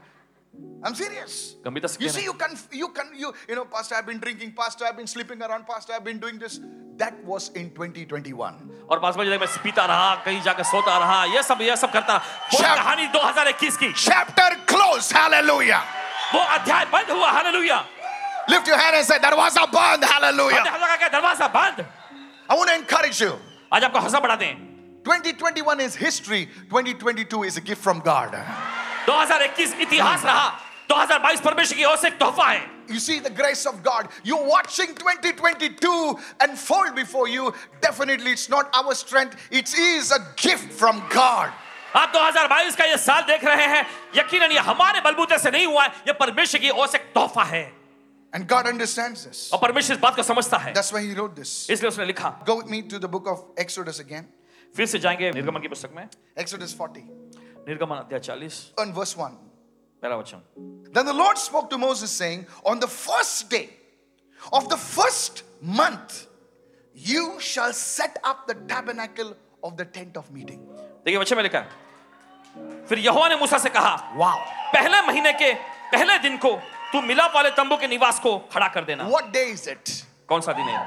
i'm serious
गंभीरता से
You
कह रहे
see,
हैं।
you can, you can, you, you know, Pastor, I've been drinking, Pastor, I've been sleeping around, Pastor, I've been doing this. That was in 2021.
और पास में मैं पीता रहा कहीं जाकर सोता रहा ये सब ये सब करता रहा। वो
शाम-
कहानी 2021 की
Chapter closed. Hallelujah.
वो अध्याय बंद हुआ hallelujah
Lift your hand and say, There was a bond.
हमने
Hallelujah.
हल्ला का दरवाजा बंद
I want to encourage you.
आज आपको हंसा बढ़ा दें
2021 is history, 2022 is a gift from God.
2021 इतिहास
Hmm.
रहा 2022 परमेश्वर की ओर से एक तोहफा है
You see the grace of God. You're watching 2022 unfold before you. Definitely, it's not our strength, it is a gift from God.
आप 2022 का ये साल देख रहे हैं यकीनन ये हमारे बलबूते से नहीं हुआ है ये परमेश्वर की ओर से एक तोहफा है
And God understands this.
और परमेश्वर इस बात को समझता है
That's why He wrote this.
इसलिए उसने लिखा
Go with me to the book of Exodus again.
फिर से जाएंगे निर्गमन की पुस्तक में
Exodus 40
निर्गमन अध्याय 40
and verse 1.
पहला वचन
Then the Lord spoke to Moses, saying, On the first day of the first month, you shall set up the tabernacle of the tent of meeting.
देखिए वचन में लिखा है फिर यहोवा ने मूसा से कहा
Wow.
पहले महीने के पहले दिन को तू मिला वाले तंबू के निवास को खड़ा कर देना
What day is it?
कौन सा दिन है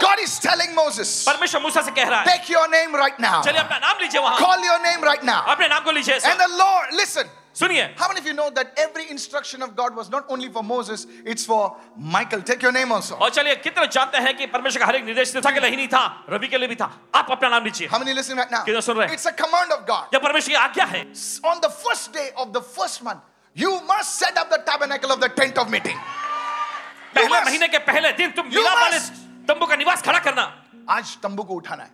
God is telling Moses,
परमेश्वर मूसा से कह रहा है
Take your name right now.
चलिए अपना नाम लीजिए वहां
Call your name right now.
अपने नाम को लीजिए
And the Lord, listen.
सुनिए
How many of you know that every instruction of God was not only for Moses, it's for Michael? Take your name also.
और चलिए कितने जानते हैं कि परमेश्वर का हर एक निर्देश था के लिए ही नहीं था रवि के लिए भी था आप अपना नाम लीजिए
How many listening right now?
कितने सुन रहे हैं?
It's a command of God.
यह परमेश्वर की आज्ञा है
on the first day of the first month, you must set up the tabernacle of the tent of meeting. You
पहले
must-
महीने के पहले दिन तुम
You
मिला वाले
must-
तंबू का निवास खड़ा करना
आज तंबू को उठाना है.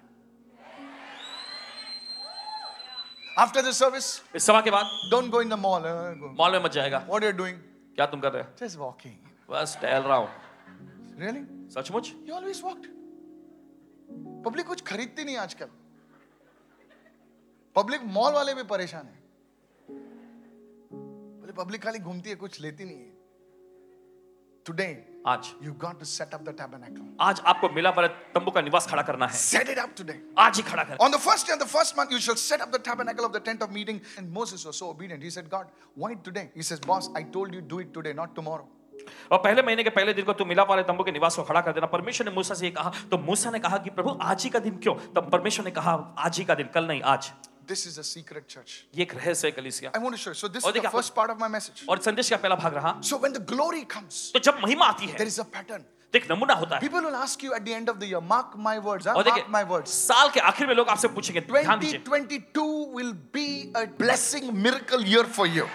After the service,
इस सभा के बाद
don't go in the mall. uh, go.
Mall में मत जाएगा
What are you doing?
क्या तुम कर रहे हो
Just walking.
बस टहल रहा हूँ
Really?
सचमुच
You always walked. पब्लिक कुछ खरीदती नहीं आजकल पब्लिक मॉल वाले भी परेशान है बोले पब्लिक खाली घूमती है कुछ लेती नहीं है टुडे
आज
you got to set up the tabernacle
आज आपको मिला वाले तंबू का निवास खड़ा करना है
Set it up today.
आज ही खड़ा करना
On the first day of the first month, you shall set up the tabernacle of the tent of meeting. And Moses was so obedient. He said, God, why today? He says, Boss, I told you do it today, not tomorrow.
और पहले महीने के पहले दिन को तुम मिला वाले तंबू के निवास को खड़ा कर देना परमेश्वर ने मूसा से ये कहा तो मूसा ने कहा कि प्रभु आज ही का दिन क्यों तब परमेश्वर ने कहा आज ही का दिन कल नहीं आज
This is a secret church.
ये एक रहस्य है कलीसिया
I want to show you. So, this
Oh,
is the
देखिए, Oh.
first part of my message.
और संदेश का पहला भाग रहा
So, when the glory comes,
तो जब महिमा आती है
there is a pattern.
तो एक नमूना होता है
People will ask you at the end of the year, mark my words, huh?
और
mark my
Oh, देखिए
words.
साल के आखिर में लोग आपसे पूछेंगे ध्यान दीजिए
2022 will be a blessing miracle year for you.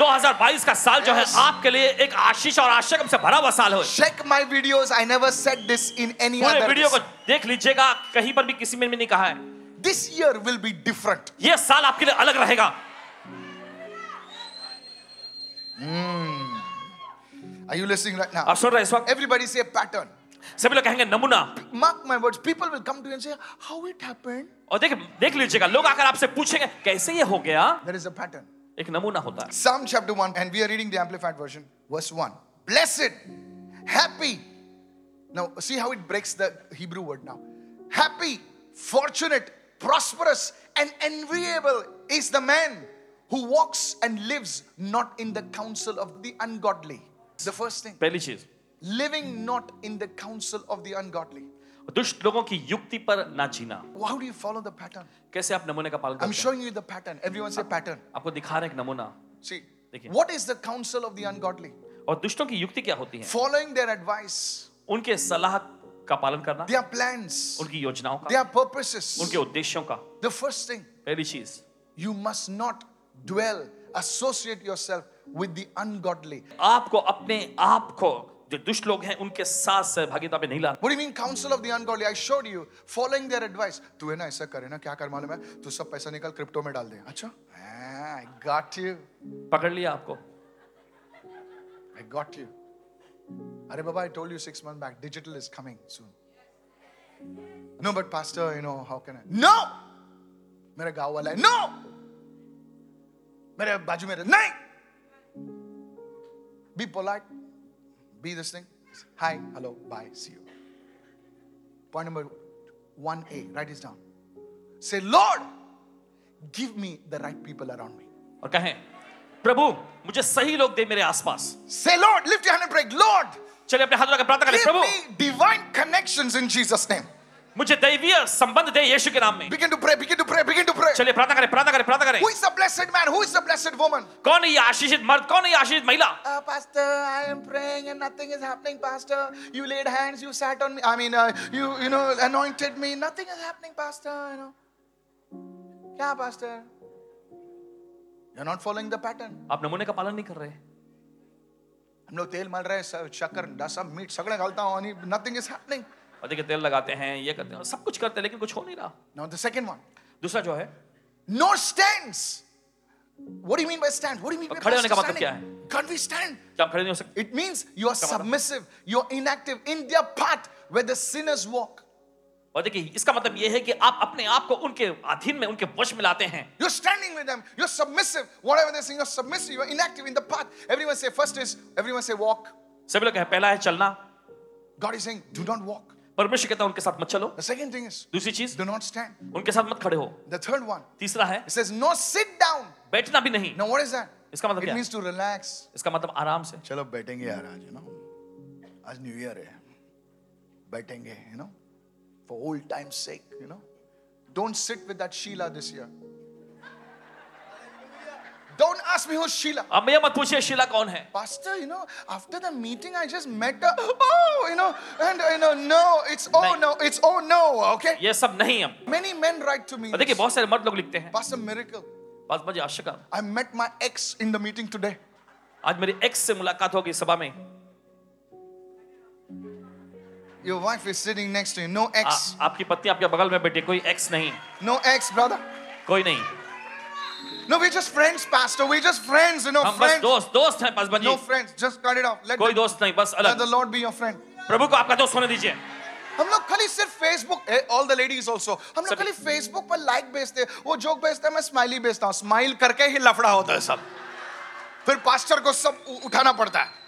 2022 का साल जो है
Yes.
आपके लिए एक आशीष और आशकम से भरा हुआ साल हो
Check my videos. I never said this in any
पूरे
other.
वीडियो को देख लीजिएगा कहीं पर भी किसी में भी नहीं कहा है
This year will be different.
ये साल आपके लिए अलग रहेगा
Are you listening right now?
आप सुन रहे हैं इस वक्त
Everybody say pattern.
सभी लोग कहेंगे नमूना
Mark my words, people will come to you and say, How it happened?
और देख देख लीजिएगा लोग आकर आपसे पूछेंगे कैसे ये हो गया
There is a pattern.
एक नमूना होता है
Psalm chapter 1, and we are reading the Amplified Version, verse 1. Blessed, happy. Now, see how it breaks the Hebrew word now. Happy, fortunate, prosperous, and enviable is the man who walks and lives not in the counsel of the ungodly. The first thing,
पहली चीज
living not in the counsel of the ungodly.
दुष्ट लोगों की युक्ति पर ना जीना
How do you follow the pattern?
कैसे आप नमूने का पालन
I'm
करते हैं
showing you the pattern. Everyone say pattern.
आपको दिखा रहे हैं एक नमूना
See,
देखिए।
what is the counsel of the ungodly?
और दुष्टों की युक्ति क्या होती है
Following their advice,
उनके सलाह का पालन करना
their plans,
उनकी योजनाओं का
their purposes.
उनके उद्देश्यों का
The first thing,
पहली चीज
you must not dwell, associate yourself with the ungodly.
आपको अपने आप को जो दुष्ट लोग हैं उनके साथ सहभागिता में नहीं लाना
What do you mean counsel of the ungodly? I showed you following their advice. तू है ना ऐसा करे ना क्या कर मालूम है तू सब पैसा निकाल क्रिप्टो में डाल दे अच्छा आई गॉट यू
पकड़ लिया आपको
आई गॉट यू अरे बाबा I told you six month back digital is coming soon no but pastor you know how can I know मेरा गांव वाला है नो मेरे बाजू में रह- नहीं be polite be this thing hi hello bye see you point number one a right is down say Lord give me the right people around me
और कहें प्रभु मुझे सही लोग दे मेरे आसपास
say Lord lift your hand and pray Lord
चलिए अपने हाथ उठाकर प्रार्थना करें
Give
Prabhu
me divine connections in Jesus' name.
मुझे दैवीय संबंध दे यीशु के नाम में
Begin to pray, begin to pray, begin to pray.
चलिए प्रार्थना करें प्रार्थना करें प्रार्थना करें
Who is the blessed man? Who is the blessed woman?
कौन है ये आशीषित मर्द कौन है ये आशीषित महिला
Uh, Pastor, I am praying and nothing is happening. Pastor, you laid hands, you sat on me. I mean, uh, you you know anointed me. Nothing is happening, Pastor. You know. Yeah, Pastor. You're not following the pattern.
आप नमूने का पालन नहीं कर रहे
हम लोग तेल मल रहे स- शक्कर डसम मीठ सगळे घालता आणि नथिंग इज हॅपनिंग
और देखिए तेल लगाते हैं ये करते हैं सब कुछ करते हैं लेकिन कुछ हो नहीं रहा
नाउ द सेकंड वन
दूसरा जो है
No stands. What do you mean by stand? What do you mean by
खड़े होने
pastor
का मतलब क्या
standing? Can't we stand?
क्या आप खड़े नहीं हो सकते
It means you are
मतलब?
submissive, you are inactive in their path where the sinners walk.
और देखिए इसका मतलब यह है कि आप अपने आप को उनके अधीन में उनके वश में लाते हैं
You're standing with them, you're submissive. Whatever they're saying, you're submissive, you're inactive in the path. Everyone say, first is, everyone say, walk.
सभी लोग कहें पहला है चलना
God is saying, do not walk.
परमेश्वर कहता है उनके साथ मत चलो
The second thing is,
दूसरी चीज
do not stand.
उनके साथ मत खड़े हो
The third one,
तीसरा है
it says, no, sit down.
बैठना भी नहीं
Now, what is that?
इसका मतलब
It
क्या है?
means to relax.
इसका मतलब आराम से
चलो बैठेंगे यार आज ना आज न्यू ईयर है बैठेंगे you know for old time sake you know don't sit with that Sheela this year don't ask me who Sheela
अब ये मत पूछिए शीला कौन है
Pastor, you know, after the meeting, I just met her. Oh, you know, and you know, no, it's oh
नहीं।
no, it's oh no, okay.
ये सब नहीं अब
Many men write to me.
और देखिए बहुत सारे मर्द लोग लिखते हैं
Pastor, miracle.
बस मुझे आशका
I met my ex in the meeting today.
आज मेरी एक्स से मुलाकात होगी सभा में
Your wife is sitting next to you. No
uh,
ex,
आपकी पत्नी आपके बगल में बैठी कोई एक्स नहीं
no ex, brother.
कोई नहीं
No, we're just friends, Pastor. We're just friends, you know,
हम बस
friends.
दोस्त दोस्त हैं Paswan ji
No friends. Just cut it off. Let,
कोई
the,
दोस्त नहीं बस
let
अलग
the Lord be your friend.
प्रभु को आपका दोस्त होने दीजिए
हम लोग खाली सिर्फ Facebook all the ladies also हम लोग
सभी-
खाली फेसबुक पर लाइक भेजते हैं वो जोक भेजता है मैं स्माइली भेजता हूँ स्माइल करके ही लफड़ा होता है सब फिर पास्टर को सब उ- उठाना पड़ता है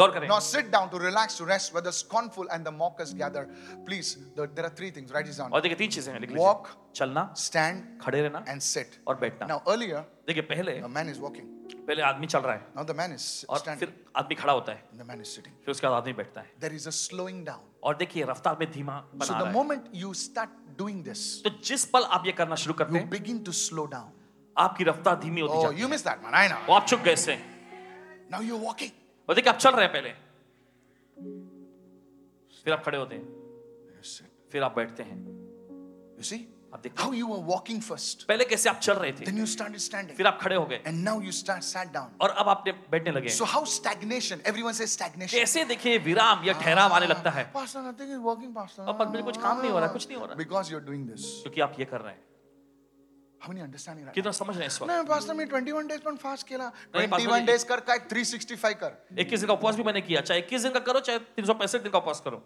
गौर करें
Now sit down to relax, to rest, where the scornful and the mockers gather. Please, the, there are three things. Write this down.
और देखिए तीन चीजें हैं लिख
Walk.
लीजिए चलना
Stand
खड़े रहना
and sit.
और बैठना
Now earlier,
देखिए पहले
a man is walking.
पहले आदमी चल रहा है
Now the man is
और
standing.
फिर आदमी खड़ा होता है
And the man is sitting.
फिर उसके बाद आदमी बैठता है
There is a slowing down.
और देखिए रफ्तार में धीमा
So
बना
the
रहा है
moment you start doing this,
तो जिस पल आप ये करना शुरू करते
you
हैं
begin to slow down.
आपकी रफ्तार धीमी होती
Oh,
जाती है
you missed that one. I know.
वो आप चुप गए से
Now you're walking.
और देखिए आप चल रहे हैं पहले फिर आप खड़े होते हैं
You sit.
फिर आप बैठते हैं
You see
आप देखिए
how you were walking first,
पहले कैसे आप चल रहे थे
then you started standing,
फिर आप खड़े हो गए
and now you start sat down.
और अब आपने बैठने लगे
So how stagnation? Everyone says stagnation. Ah,
कैसे देखिए विराम या ठहराव आने लगता है
Pastor, nothing is working, Pastor.
अब पर मेरे कुछ काम नहीं हो रहा कुछ नहीं हो रहा
Because you're doing this.
क्योंकि आप ये कर रहे हैं
How many understanding right?
कितना समझ रहे हैं इस वक्त
नाही पास्टर मी ट्वेंटी वन डेज पण फास्ट केला
नाही,
ट्वेंटी
pastor
वन
जी-
डेज कर काय थ्री सिक्स्टी फाय कर
इक्कीस दिन का उपवास भी मैंने किया चाहे इक्कीस दिन का करो चाहे तीन सौ पैंसठ दिन का उपवास करो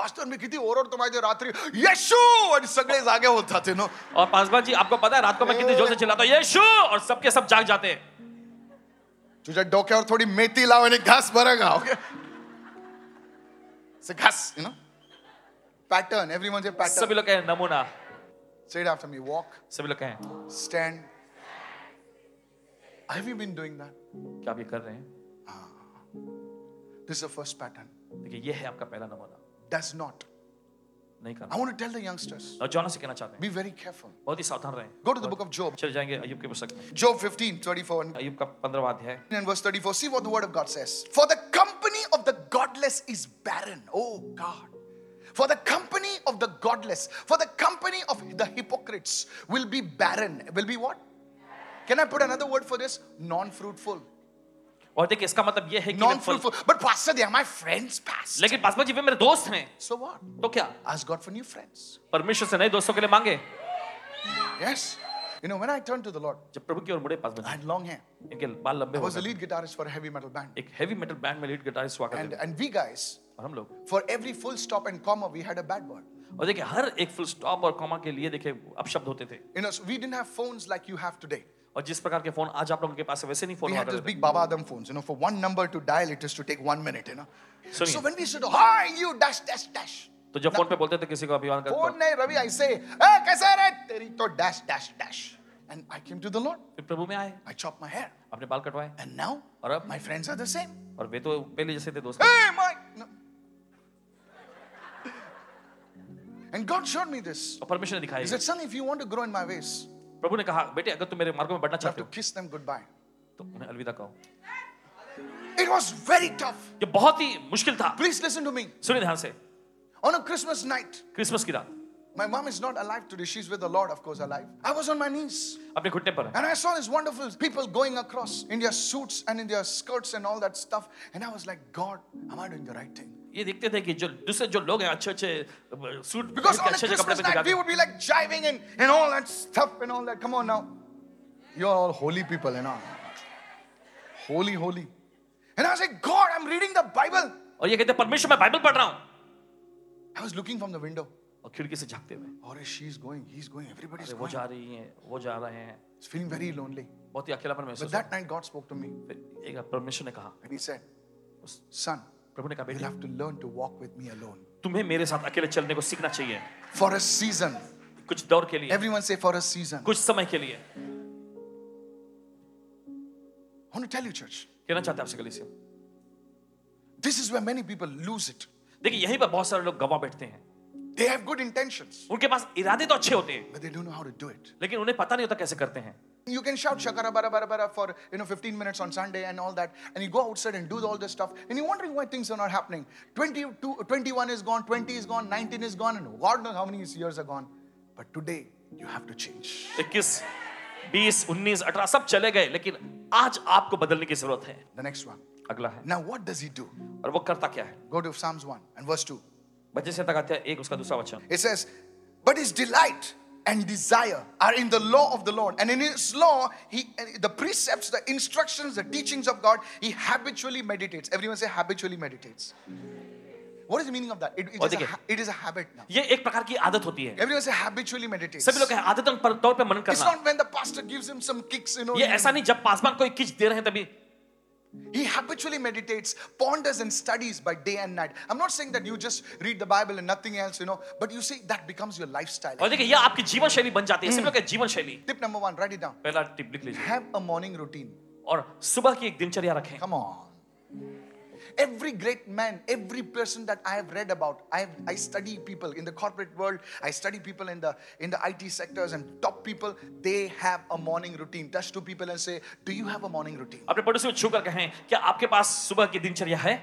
पास्टर मी किती ओरडतो माझ्या रात्री येशू आणि सगळे जागे होतात नो
और पासवान जी आपको पता है रात को मैं कितनी जोर से चिल्लाता हूँ यीशु और सबके सब जाग जाते हैं
तुझ्या डोक्यावर थोडी मेथी लाव आणि घास बरं का ओके घास यु नो पॅटर्न एव्हरी म्हणजे पॅटर्न
सभी लोग कहें नमूना
सेड आफ्टर मी वॉक
सभी लोग कहें
stand have you been doing that
क्या आप ये कर रहे हैं
दिस अ फर्स्ट पॅटर्न
देखिए ये है आपका पहला नमूना
डज नॉट
नहीं करना
I want to tell the youngsters
और जॉना से कहना चाहते हैं
be very careful.
बहुत ही सावधान रहें
Go to the book of Job,
चले जाएंगे अयुब की पुस्तक में
Job 15, 34, and-
अयुब का पंद्रहवा अध्याय
and verse 34. See what the word of God says. For the company of the godless is barren. Oh God. For the company of the godless, for the company of the hypocrites will be barren. Will be what? Can I put another word for this? Non fruitful.
और देखिए इसका मतलब ये है कि वे
Non
फल-
fruitful. But Pastor, they are my friends, Pastor.
लेकिन पासवान जी वे मेरे दोस्त हैं
So what?
तो क्या
Ask God for new friends.
परमेश्वर से नए दोस्तों के लिए मांगे
Yes. You know, when I turned to the Lord,
जब प्रभु की ओर मुड़े
I
Paswan
had long hair.
जी इनके बाल लंबे
I
हो
was the
गए
lead guitarist for a heavy metal band.
एक हेवी मेटल बैंड में लीड गिटारिस्ट हुआ करते
And,
थे
and we guys,
और हम लोग
For every full stop and comma, we had a bad word.
और देखिए हर एक फुल स्टॉप और कॉमा के लिए देखिए अपशब्द होते थे
You know, so we didn't have phones like you have today.
और जिस प्रकार के फोन आज आप लोगों के पास है, वैसे नहीं फोन
We
हुआ
had those
करते
big Baba Adam phones. You know, for one number to dial, it used to take one minute. You know.
So-
So when we said, "Hi, you dash dash dash,"
थे। तो जब phone पे बोलते थे किसी को अभिमान करते
phone nahi Ravi, I say, "Hey, kaisa hai re? Teri to dash dash dash." And I came to the Lord.
फिर तो प्रभु में आए
I chopped my hair,
अपने बाल कटवाए
and now
और अब
my friends are the same.
और वे तो पहले जैसे थे दोस्त
Hey, my. No. And God showed me this.
और परमेश्वर ने दिखाई
He said, "Son, if you want to grow in my ways,
प्रभु ने कहा बेटे अगर तुम मेरे मार्ग में बढ़ना
you have
चाहते
to
हो
kiss them goodbye."
तो उन्हें अलविदा कहो
It was very tough.
ये बहुत ही मुश्किल था
Please listen to me.
सुनिए ध्यान से
On a Christmas night,
Christmas की रात
my mom is not alive today. She's with the Lord, of course, alive. I was on my knees
अपने घुटने पर
and I saw these wonderful people going across in their suits and in their skirts and all that stuff. And I was like, God, am I doing the right thing?
ये देखते थे कि जो दूसरे जो लोग हैं अच्छे अच्छे सूट पहन
Because
के,
on a
अच्छे अच्छे कपड़े
Christmas
पहन के
night,
जाते
we would be like jiving and, and all that stuff and all that. Come on now. You're all holy people, you know. Holy, holy. And I was like, God, I'm reading the Bible.
और ये कहते परमेश्वर मैं Bible पढ़ रहा हूँ
I was looking from the window.
और खिड़की से झांकते हुए
Or she's going, he's going, everybody's
वो
going.
जा रही है वो जा रहे हैं
It's feeling very lonely.
बहुत ही अकेलापन
But
महसूस हुआ।
that night, God spoke to me.
फिर एक परमेश्वर ने कहा
And he said, Son,
प्रभु ने कहा
you'll
बेटा
have to learn to walk with me alone.
तुम्हें मेरे साथ अकेले चलने को सीखना चाहिए
For a season.
कुछ दौर के लिए
Everyone say, For a season.
कुछ समय के लिए
I want to tell you, church,
कहना चाहते हैं आपसे गली से
this is where many people lose it.
देखिए यहीं पर बहुत सारे लोग गवा बैठते हैं
They have good intentions,
उनके पास इरादे तो अच्छे होते हैं
but they don't know how to do it.
लेकिन उन्हें पता नहीं होता कैसे करते हैं
You can shout shakara bara bara bara for you know 15 minutes on Sunday and all that, and you go outside and do all this stuff, and you're wondering why things are not happening. 22, 21 is gone, 20 is gone, 19 is gone, and God knows how many years are gone. But today you have to change.
इक्कीस बीस उन्नीस अठारह सब चले गए लेकिन आज आपको बदलने की जरूरत है
The next one.
अगला है
Now, what does he do?
और वो करता क्या है
Go to Psalms 1 and verse 2.
बच्चे से तक आते हैं एक उसका दूसरा वचन
It says, But his delight and desire are in the law of the Lord. And in his law, he the precepts, the instructions, the teachings of God, he habitually meditates. Everyone say habitually meditates. What is the meaning of that? It, it
Oh,
is, a,
देखिए।
ha- it is a habit now.
ये एक प्रकार की आदत होती है
Everyone say habitually meditates.
सभी लोग कहें आदतन पर तौर पे मनन
It's
करना
not when the pastor gives him some kicks, you know.
ये
he-
ऐसा नहीं जब पासवान कोई किच दे रहे हैं तभी
He habitually meditates, ponders, and studies by day and night. I'm not saying that you just read the Bible and nothing else, you know, but you see, that becomes your lifestyle.
और देखिए ये आपकी जीवन शैली बन जाती है सभी लोग जीवन शैली
Tip number one, write it down.
पहला टिप लिख लीजिए
Have a morning routine.
और सुबह की एक दिनचर्या रखें
Come on. Every great man, every person that I have read about, I, have, I study people in the corporate world, I study people in the in the IT sectors and top people, they have a morning routine. Touch two people and say, Do you have a morning routine?
अपने पड़ोसी को छू कर कहें क्या आपके पास सुबह की दिनचर्या है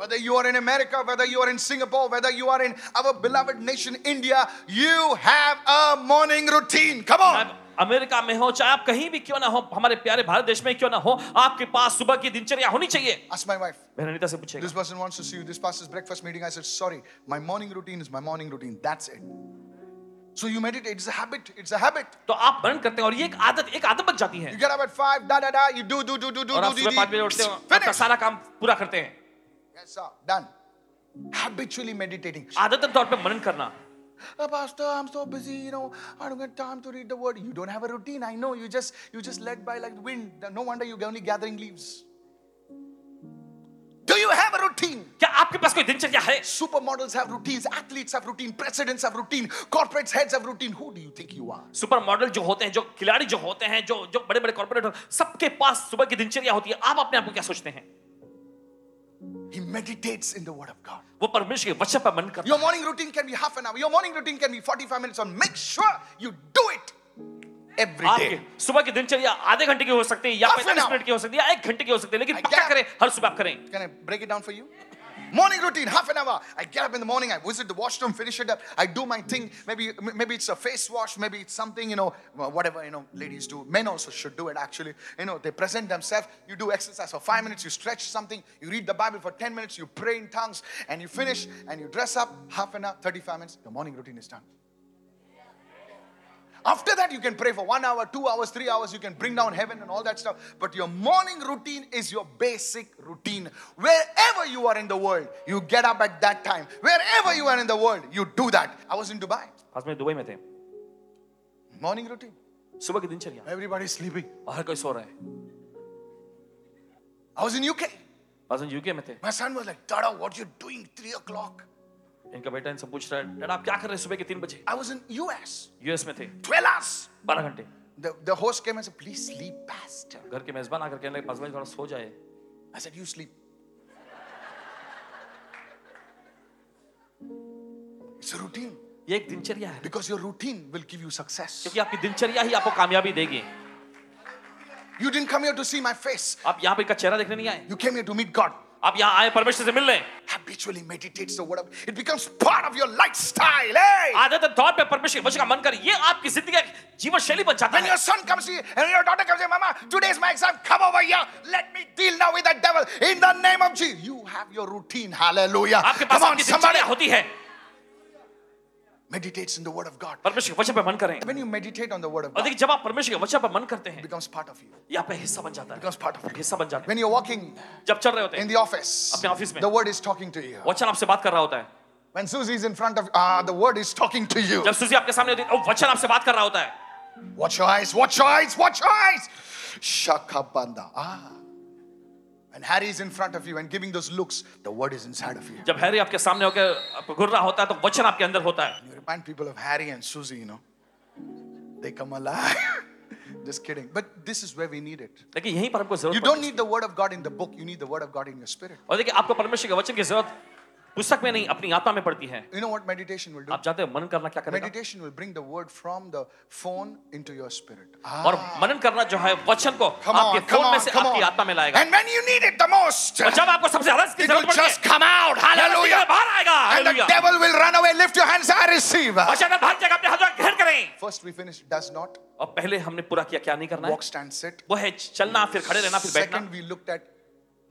Whether you are in America, whether you are in Singapore, whether you are in our beloved nation India, you have a morning routine. Come on.
आप अमेरिका में हो चाहे आप कहीं भी क्यों ना हो हमारे प्यारे भारत देश में क्यों ना हो आपके पास सुबह की दिनचर्या होनी चाहिए
Ask my wife.
मैंने अनिता से पूछेगा
This person wants to see you. This pastor's breakfast meeting. I said, sorry, my morning routine is my morning routine. That's it. So you meditate. It's a habit. It's a habit.
तो आप मनन करते हैं और ये एक आदत एक आदत बन जाती है
You get up at five, da da da. You do do do do do
और आप
do. do,
सुबह पाँच बजे
do.
उठते हो आपका
Finish.
सारा काम पूरा करते हैं
Yes, sir. Done. Habitually meditating.
आदतन तौर पे मनन करना
Uh, Pastor, I'm so busy, you know, I don't get time to read the word. You don't have a routine, I know. You just you just led by like wind. No wonder you're only gathering leaves. Do you have a routine?
क्या आपके पास कोई दिनचर्या है
Supermodels have routines, athletes have routine, presidents have routine, corporate heads have routine. Who do you think you are?
Supermodel जो होते हैं जो खिलाड़ी जो होते हैं जो जो बड़े बड़े कॉर्पोरेट सबके पास सुबह की दिनचर्या होती है आप अपने आप को क्या सोचते हैं
He meditates in the word of God.
वो परमेश्वर के वचन पर मन करते
Your morning routine can be half an hour. Your morning routine can be 45 minutes on. Make sure you do it every
हैं
day.
आपके सुबह की दिनचर्या आधे घंटे की हो सकती है या
Half an
पैंतालीस
hour.
मिनट की हो सकती है या एक घंटे की हो सकती है लेकिन
I
पक्का
get-
करें हर सुबह आप करें
Can I break it down for you? Morning routine, half an hour. I get up in the morning, I visit the washroom, finish it up, I do my thing. Maybe maybe it's a face wash, maybe it's something, you know, well, whatever, you know, ladies do. Men also should do it actually. You know, they present themselves, you do exercise for five minutes, you stretch something, you read the Bible for 10 minutes, you pray in tongues, and you finish and you dress up, half an hour, 35 minutes, your morning routine is done. After that, you can pray for one hour, two hours, three hours. You can bring down heaven and all that stuff. But your morning routine is your basic routine. Wherever you are in the world, you get up at that time. Wherever you are in the world, you do that. I was in Dubai.
आज मैं Dubai में थे
Morning routine.
सुबह की दिनचर्या
Everybody's sleeping.
और हर कोई सो रहा है
I was in UK.
आज हम यूके में थे
My son was like, Dada, what you doing? Three o'clock.
इनका बेटा इनसे पूछ रहा है डैड आप क्या कर रहे हैं सुबह के तीन बजे
I was in US.
US में थे
12 hours.
बारह घंटे
The, the host came and said, please sleep, pastor.
घर के मेजबान आकर कहने लगे पास थोड़ा सो जाए
I said, You sleep. It's a routine
ये एक दिनचर्या है
because your routine will give you success.
क्योंकि आपकी दिनचर्या ही आपको कामयाबी देगी
You didn't come here to see my face,
आप यहाँ पे का चेहरा देखने नहीं आए
you came here to meet God.
आप यहाँ आए परमेश्वर से मिलने
Habitually meditates the word of it becomes part of your lifestyle. Hey!
आदत के तौर पे परमेश्वर के वचन का मन कर ये आपकी जिंदगी का एक जीवन शैली बन जाता
When
है
your son comes here and your daughter comes here, Mama, today's my exam. Come over here. Let me deal now with that devil in the name of Jesus. You have your routine. Hallelujah.
आपके
Come
pass
on,
आपकी
somebody
दिनचर्या होती है
meditates in the word of God.
परमेश्वर के वचन पे मन करें
When you meditate on the word of
और
God,
देखिए जब आप परमेश्वर के वचन पे मन करते
it
हैं
becomes part of you.
ये आपका हिस्सा बन जाता है
Becomes part of you.
हिस्सा बन जाता है
When you're walking
जब चल रहे होते
in
हैं
the office,
अपने ऑफिस में।
the word is talking to you.
वचन आपसे बात कर रहा होता है
When Susie is in front of ah, the word is talking to you.
जब सुजी आपके सामने होती है ओ, वचन आपसे बात कर रहा होता है
Watch your eyes, watch your eyes, watch your eyes. Shakabanda. Ah. When Harry is in front of you and giving those looks, the word is inside of you.
जब हैरी आपके सामने होकर आपको घूर रहा होता है तो वचन आपके अंदर होता है
You remind people of Harry and Susie, you know. They come alive. Just kidding. But this is where we need it.
लेकिन यहीं पर हमको
You
जरूरत
don't
पड़ती है।
need the word of God in the book, you need the word of God in your spirit.
और देखिए आपको परमेश्वर के वचन की जरूरत पुस्तक में नहीं अपनी आत्मा में पड़ती है
You know what meditation will do?
आप जानते हैं मनन करना क्या करेगा
Meditation will bring the word from the phone into your spirit. Ah.
और मनन करना जो है वचन को आपके फोन में से आपकी आत्मा में लाएगा
And when you need it the most,
और
it
जब आपको सबसे ज्यादा इसकी
will
जरूरत पड़ती है
just come out.
जब
Hallelujah.
इसके बाहर आएगा
And the
hallelujah
devil will run away. Lift your hands. I receive.
और शैतान भाग जाएगा अपने हाथों को घेर करें
First, we finish. Does not
और पहले हमने पूरा किया क्या नहीं करना है
walk, stand, sit.
वो है चलना फिर खड़े रहना फिर
Second,
बैठना
we looked at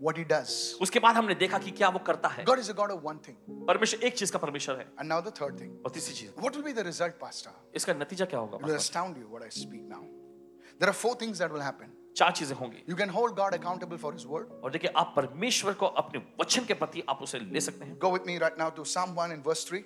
what he does.
उसके बाद हमने देखा कि क्या वो करता है
God is a God of one thing.
परमेश्वर एक चीज का परमेश्वर है
And now the third thing.
और तीसरी चीज
What will be the result, Pastor?
इसका नतीजा क्या होगा
It will
pastor?
astound you what I speak now. There are four things that will happen.
चार चीजें होंगी
You can hold God accountable for his word.
और देखिए आप परमेश्वर को अपने वचन के प्रति आप उसे ले सकते हैं
Go with me right now to Psalm 1 and verse 3.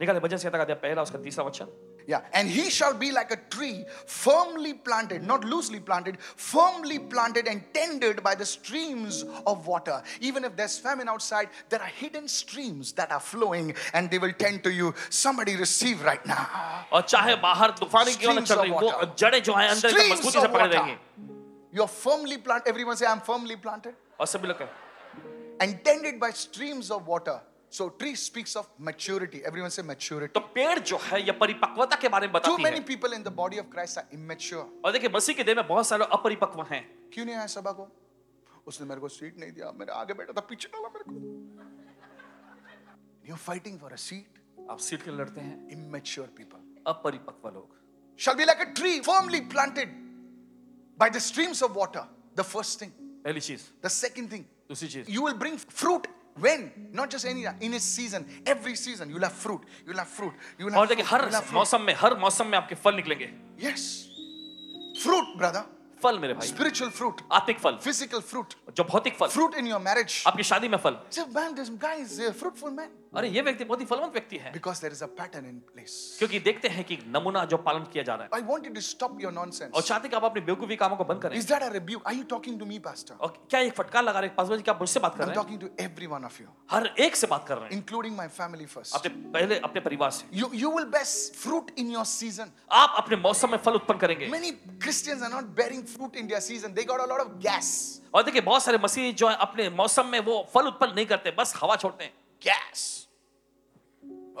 निकाले भजन संहिता का अध्याय पहला उसका तीसरा वचन
Yeah, and he shall be like a tree firmly planted, not loosely planted, firmly planted and tended by the streams of water. Even if there's famine outside, there are hidden streams that are flowing and they will tend to you. Somebody receive right now.
और चाहे बाहर तूफान क्यों न
हाँ। Streams
चल
of
रही वो
water.
जड़े जो है अंदर एकदम
Streams
मजबूती से
of
पकड़े
water.
रहेंगे
You're firmly planted. Everyone say, I'm firmly planted
और सभी लोग कहें,
and tended by streams of water. So, tree speaks of maturity. Everyone say, maturity.
तो पेड़ जो है ये परिपक्वता के बारे में
Too
बताती
many
है
people in the body of Christ are immature.
और देखिए मसीह के देह में बहुत सारे अपरिपक्व हैं
क्यों नहीं आया सभा को उसने मेरे को सीट नहीं दिया मेरे आगे बैठा था पीछे डाला मेरे को you fighting for a seat
आप सीट के लिए लड़ते हैं
immature people
अपरिपक्व लोग
shall be like a tree firmly planted by the streams of water the first thing
पहली चीज
the second thing
दूसरी चीज
you will bring fruit When? Not just any time. In his season. Every season. You'll have fruit. You'll have fruit. You'll have
और देखिए
fruit.
Her
You'll have fruit.
मौसम में हर मौसम में आपके फल निकलेंगे
Yes. Fruit, brother.
फल मेरे भाई
Spiritual fruit.
आत्मिक फल
Physical fruit.
जो भौतिक फल
Fruit in your marriage.
आपकी शादी में फल
Say, man, this guy is a fruitful man.
अरे ये व्यक्ति बहुत ही फलवंत व्यक्ति है
Because there is a pattern in place.
क्योंकि देखते हैं कि नमूना जो पालन किया जा रहा है
I want you to stop your
Oh,
और
nonsense.
चाहते हैं कि आप अपने बेवकूफी कामों को बंद करें
Is that a rebuke? Are you talking to me, Pastor?
Oh,
और क्या एक फटकार लगा रहे हैं पासवान जी क्या आप मुझसे बात कर
I'm
रहे हैं
talking to every one of you,
हर एक से बात कर रहे हैं
including my family first.
अपने पहले अपने परिवार से
You, you will bear fruit in your season.
आप अपने मौसम में फल उत्पन्न करेंगे
Many Christians are not bearing fruit in their season. They got a lot of gas.
और देखिए बहुत सारे मसीह जो है अपने मौसम में वो फल उत्पन्न नहीं करते बस हवा छोड़ते हैं
Gas.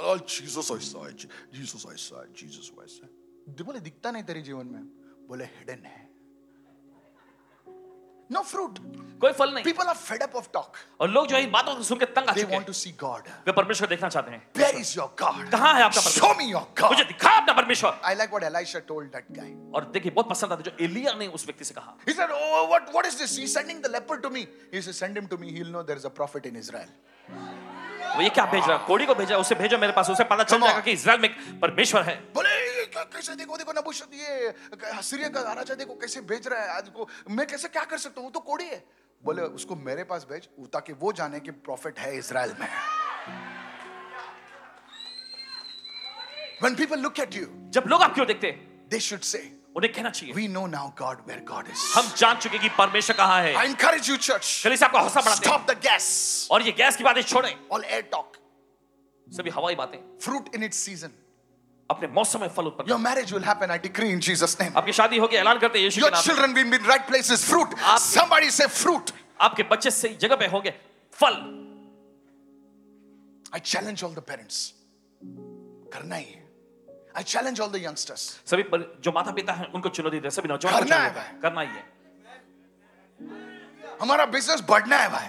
Oh, Jesus, I saw it. Jesus, I saw it. Jesus, I saw it.
दे- बोले दिखता नहीं तेरे जीवन में बोले हिडन है नो फ्रूट
कोई फल नहीं
people are fed up of talk
और लोग जो है इन बातों को सुन के तंग आ
दे
चुके
वांट
हैं
टू सी गॉड
वे परमेश्वर को देखना चाहते हैं
वेयर इज योर गॉड
कहाँ है आपका परमेश्वर
शो मी योर
मुझे
गॉड
दिखा अपना परमेश्वर
I like what Elisha told that guy
और देखिए बहुत पसंद आता है जो एलिया ने उस व्यक्ति से कहा
He said, Oh, what, what is this? He's sending the leper to me. He said, Send him to me. He'll know there's a prophet in Israel.
वो ये क्या भेज रहा है कोड़ी को भेजा उसे भेजो मेरे पास उसे पता चल
Come on.
जाएगा कि इसराइल में एक परमेश्वर है
बोले "ये क्या- कैसे देखो देखो नबुशत ये क- सीरिया का राजा देखो कैसे भेज रहा है आज को मैं कैसे क्या कर सकता हूँ वो तो कोड़ी है बोले उसको मेरे पास भेज वो- ताकि वो जाने कि prophet है इसराइल में When people look at you,
जब लोग आपकी ओर देखते हैं
they should say,
उन्हें कहना चाहिए
We know now God where God is.
हम जान चुके कि परमेश्वर कहाँ है
I encourage you, church,
चलिए आपका हौसला बढ़ाते हैं
stop the gas,
और ये गैस की बातें छोड़ें
all air talk,
सभी हवाई बातें
fruit in its season.
अपने मौसम में फल उत्पन्न
Your marriage will happen, I decree in Jesus' name.
करें। आपकी शादी होगी ऐलान करते हैं यीशु
Your
के नाम में।
children will be in right places, fruit.
आप-
Somebody say fruit.
आपके बच्चे सही जगह पे होंगे फल
I challenge all the parents. करना ही है. I challenge all the youngsters.
सभी पर, जो माता पिता हैं उनको चुनौती दे सभी नौजवान को
करना
चुनौती
है।
दें। करना ही है
हमारा बिजनेस बढ़ना है भाई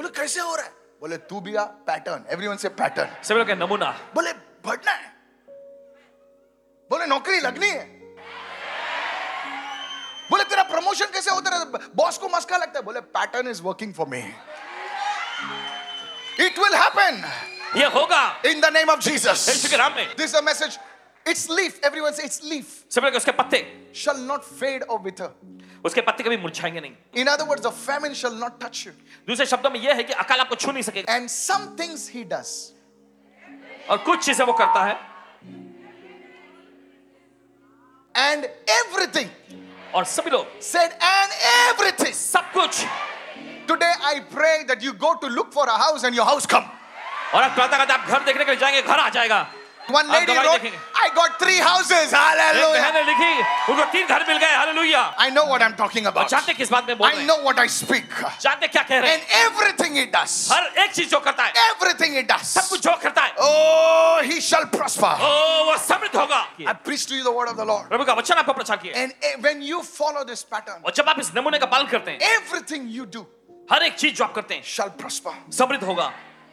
बोले कैसे हो रहा है बोले तू भी आ पैटर्न एवरीवन से पैटर्न
सभी लोग कहें, नमूना
बोले बढ़ना है बोले नौकरी लगनी है बोले तेरा प्रमोशन कैसे होता है बॉस को मस्का लगता है बोले pattern is working for me it will happen
ये होगा
In the name of Jesus.
यीशु के नाम में
This is a message. Its leaf, everyone say its leaf,
सभी लोग कहें, उसके पत्ते
shall not fade or wither.
उसके पत्ते कभी मुरझाएंगे नहीं
In other words, the famine shall not touch you.
दूसरे शब्दों में यह है कि अकाल आपको छू नहीं सकेगा
And some things he does.
और कुछ चीजें वो करता है
And everything,
और सभी लोग
said, and everything.
सब कुछ
Today I pray that you go to look for a house and your house come.
और आप प्रातः काल आप घर देखने के लिए जाएंगे घर आ जाएगा
One
आप
lady
दवाई
wrote,
देखेंगे।
I got three houses.
एक बहन
Hallelujah.
ने लिखी उनको तीन घर मिल गए hallelujah
I know what I'm talking
और
about.
जानते किस बात में बोल रहे
I
हैं
know what I speak.
जानते क्या कह रहे
And
हैं
everything he does,
हर एक चीज जो करता है
everything he
सब
does,
कुछ जो करता है
oh, he shall prosper.
ओ वो समृद्ध होगा
I preach to you the word of the Lord.
प्रभु का वचन आपको प्रचार किया
And eh, when you follow this pattern,
और जब आप इस नमूने का पालन करते हैं
everything you do
हर एक चीज जो आप करते हैं
shall prosper.
समृद्ध होगा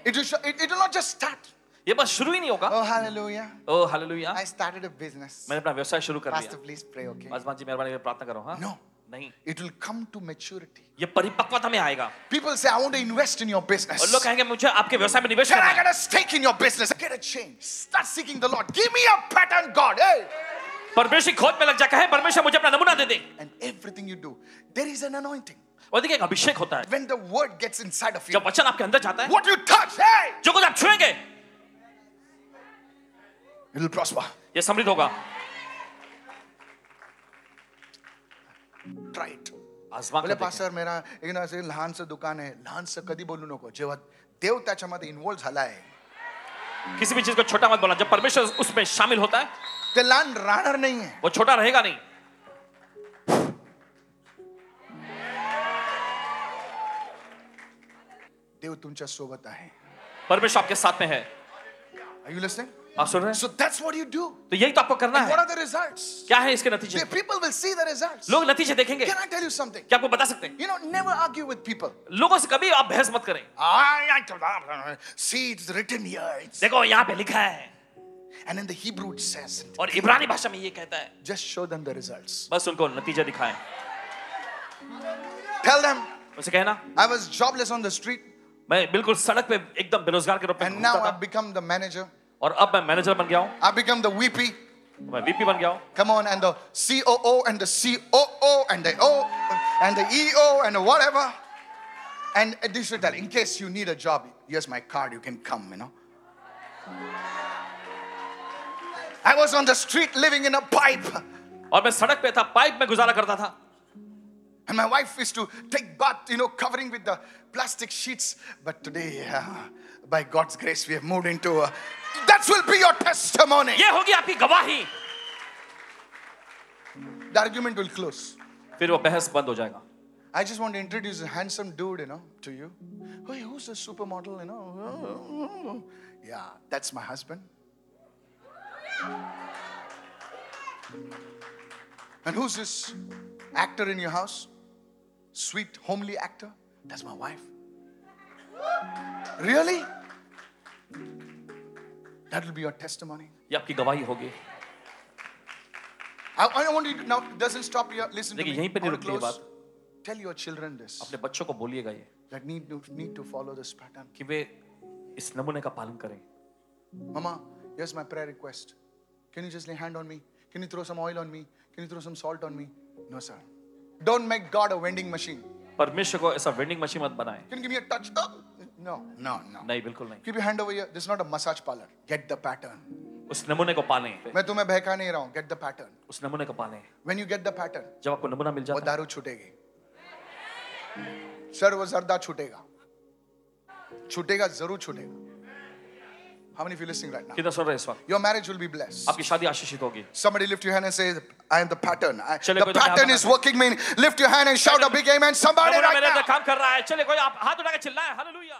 It will, sh- it, it will not just start.
ये बस शुरू ही नहीं होगा
Oh, hallelujah.
Oh hallelujah
I started a business.
मैंने अपना व्यवसाय शुरू कर
Pastor,
लिया
please pray, okay?
आजमान जी मेहरबानी में प्रार्थना करो हाँ
No.
नहीं
It will come to maturity.
ये परिपक्वता में आएगा
People say, I want to invest in your
और लोग
business.
कहेंगे मुझे आपके व्यवसाय में निवेश
Can
करना
I
है
get a stake in your business? Get a change. Start seeking the Lord. Give me a pattern, God. Hey!
परमेश्वर की खोज में लग जा कहे परमेश्वर मुझे अपना नमूना दे दे
And everything you do, there is an anointing.
और देखिए एक अभिषेक होता है
When the word gets inside of you,
जब वचन आपके अंदर जाता है
what you touch, hey!
जो कुछ आप छुएंगे
It will prosper.
ये समृद्ध होगा
Try it.
आजमा
बोले
कर
पास्टर मेरा एक ना असं लहानसं दुकान आहे लहानसं कधी बोलू नको जेव्हा देव त्याच्यामध्ये इन्वॉल्व्ह झाला आहे
देखें। किसी भी चीज को छोटा मत बोला जब परमेश्वर उसमें शामिल होता है
ते लहान राहणार नाही आहे
वो छोटा रहेगा नहीं
देव तुमच्या सोबत आहे
परमेश्वर आपके साथ में है
Are you listening?
आप सुन रहे हैं
So that's what you do.
तो यही तो आपको करना
And
है
what are the results?
क्या है इसके नतीजे
The people will see the results.
लोग नतीजे देखेंगे
Can I tell you something?
क्या आपको बता सकते हैं
You know, never argue with people.
लोगों से कभी आप बहस मत करें
I, I don't know. see it's written here. It's,
देखो यहाँ पे लिखा है
and in the Hebrew it says,
और इब्रानी भाषा में ये कहता है
just show them the results.
बस उनको नतीजा दिखाएं
Tell them,
उनसे कहना
I was jobless on the street,
मैं बिल्कुल सड़क पे एकदम बेरोजगार के रूप में
and now
घूमता
I've
था
become the manager.
और अब मैं मैनेजर बन गया हूँ
I've become the VP.
मैं वीपी बन गया हूँ
Come on, and the COO, and the COO, and the O, and the EO, and whatever. And additional tell, in case you need a job, here's my card, you can come, you know. I was on the street living in a pipe.
और मैं सड़क पे था pipe में गुजारा करता था
And my wife used to take bath, you know, covering with the plastic sheets. But today, uh, by God's grace, we have moved into a. That will be your testimony.
ये होगी आपकी गवाही
The argument will close.
फिर वो बहस बंद हो जाएगा
I just want to introduce a handsome dude, you know, to you. Hey, who's a supermodel, you know? Yeah, that's my husband. And who's this actor in your house? Sweet, homely actor? That's my wife. Really? That'll be your testimony.
ये आपकी गवाही होगी
I, I want you to now doesn't stop here. Listen to
देखिए
me.
यहीं पे
I
नहीं
want to
रुकती ये
close.
बात
Tell your children this.
अपने बच्चों को बोलिएगा ये
that need to, need to follow this pattern.
कि वे इस नमूने का पालन करें
Mama, here's my prayer request. Can you just lay hand on me? Can you throw some oil on me? Can you throw some salt on me? No, sir. Don't make God a vending machine.
परमेश्वर को ऐसा vending machine मत बनाए
Can you give me a touch? Oh, no, no, no.
नहीं बिल्कुल नहीं
Keep your hand over here. This is not a massage parlor. Get the pattern.
उस नमूने को पालें
मैं तुम्हें बहका नहीं रहा हूँ. Get the pattern.
उस नमूने को पालें
When you get the pattern,
जब आपको नमूना मिल
वो
जाता है
दारू छूटेगी. सर्व जर्दा छूटेगा. छूटेगा जरूर छूटेगा. How many of you listening right now?
कितना सुन रहे हैं इस वक्त
Your marriage will be blessed.
आपकी शादी आशीषित होगी
Somebody lift your hand and say, I am the pattern. I,
चले
the
कोई तो यहाँ
pattern
पर
is
बैठे।
working me. Lift your hand and shout a big amen. Somebody
नमूना मेरे
right
अंदर
now.
काम कर रहा है चलिए कोई आप हाथ उठा के चिल्लाए हालेलुया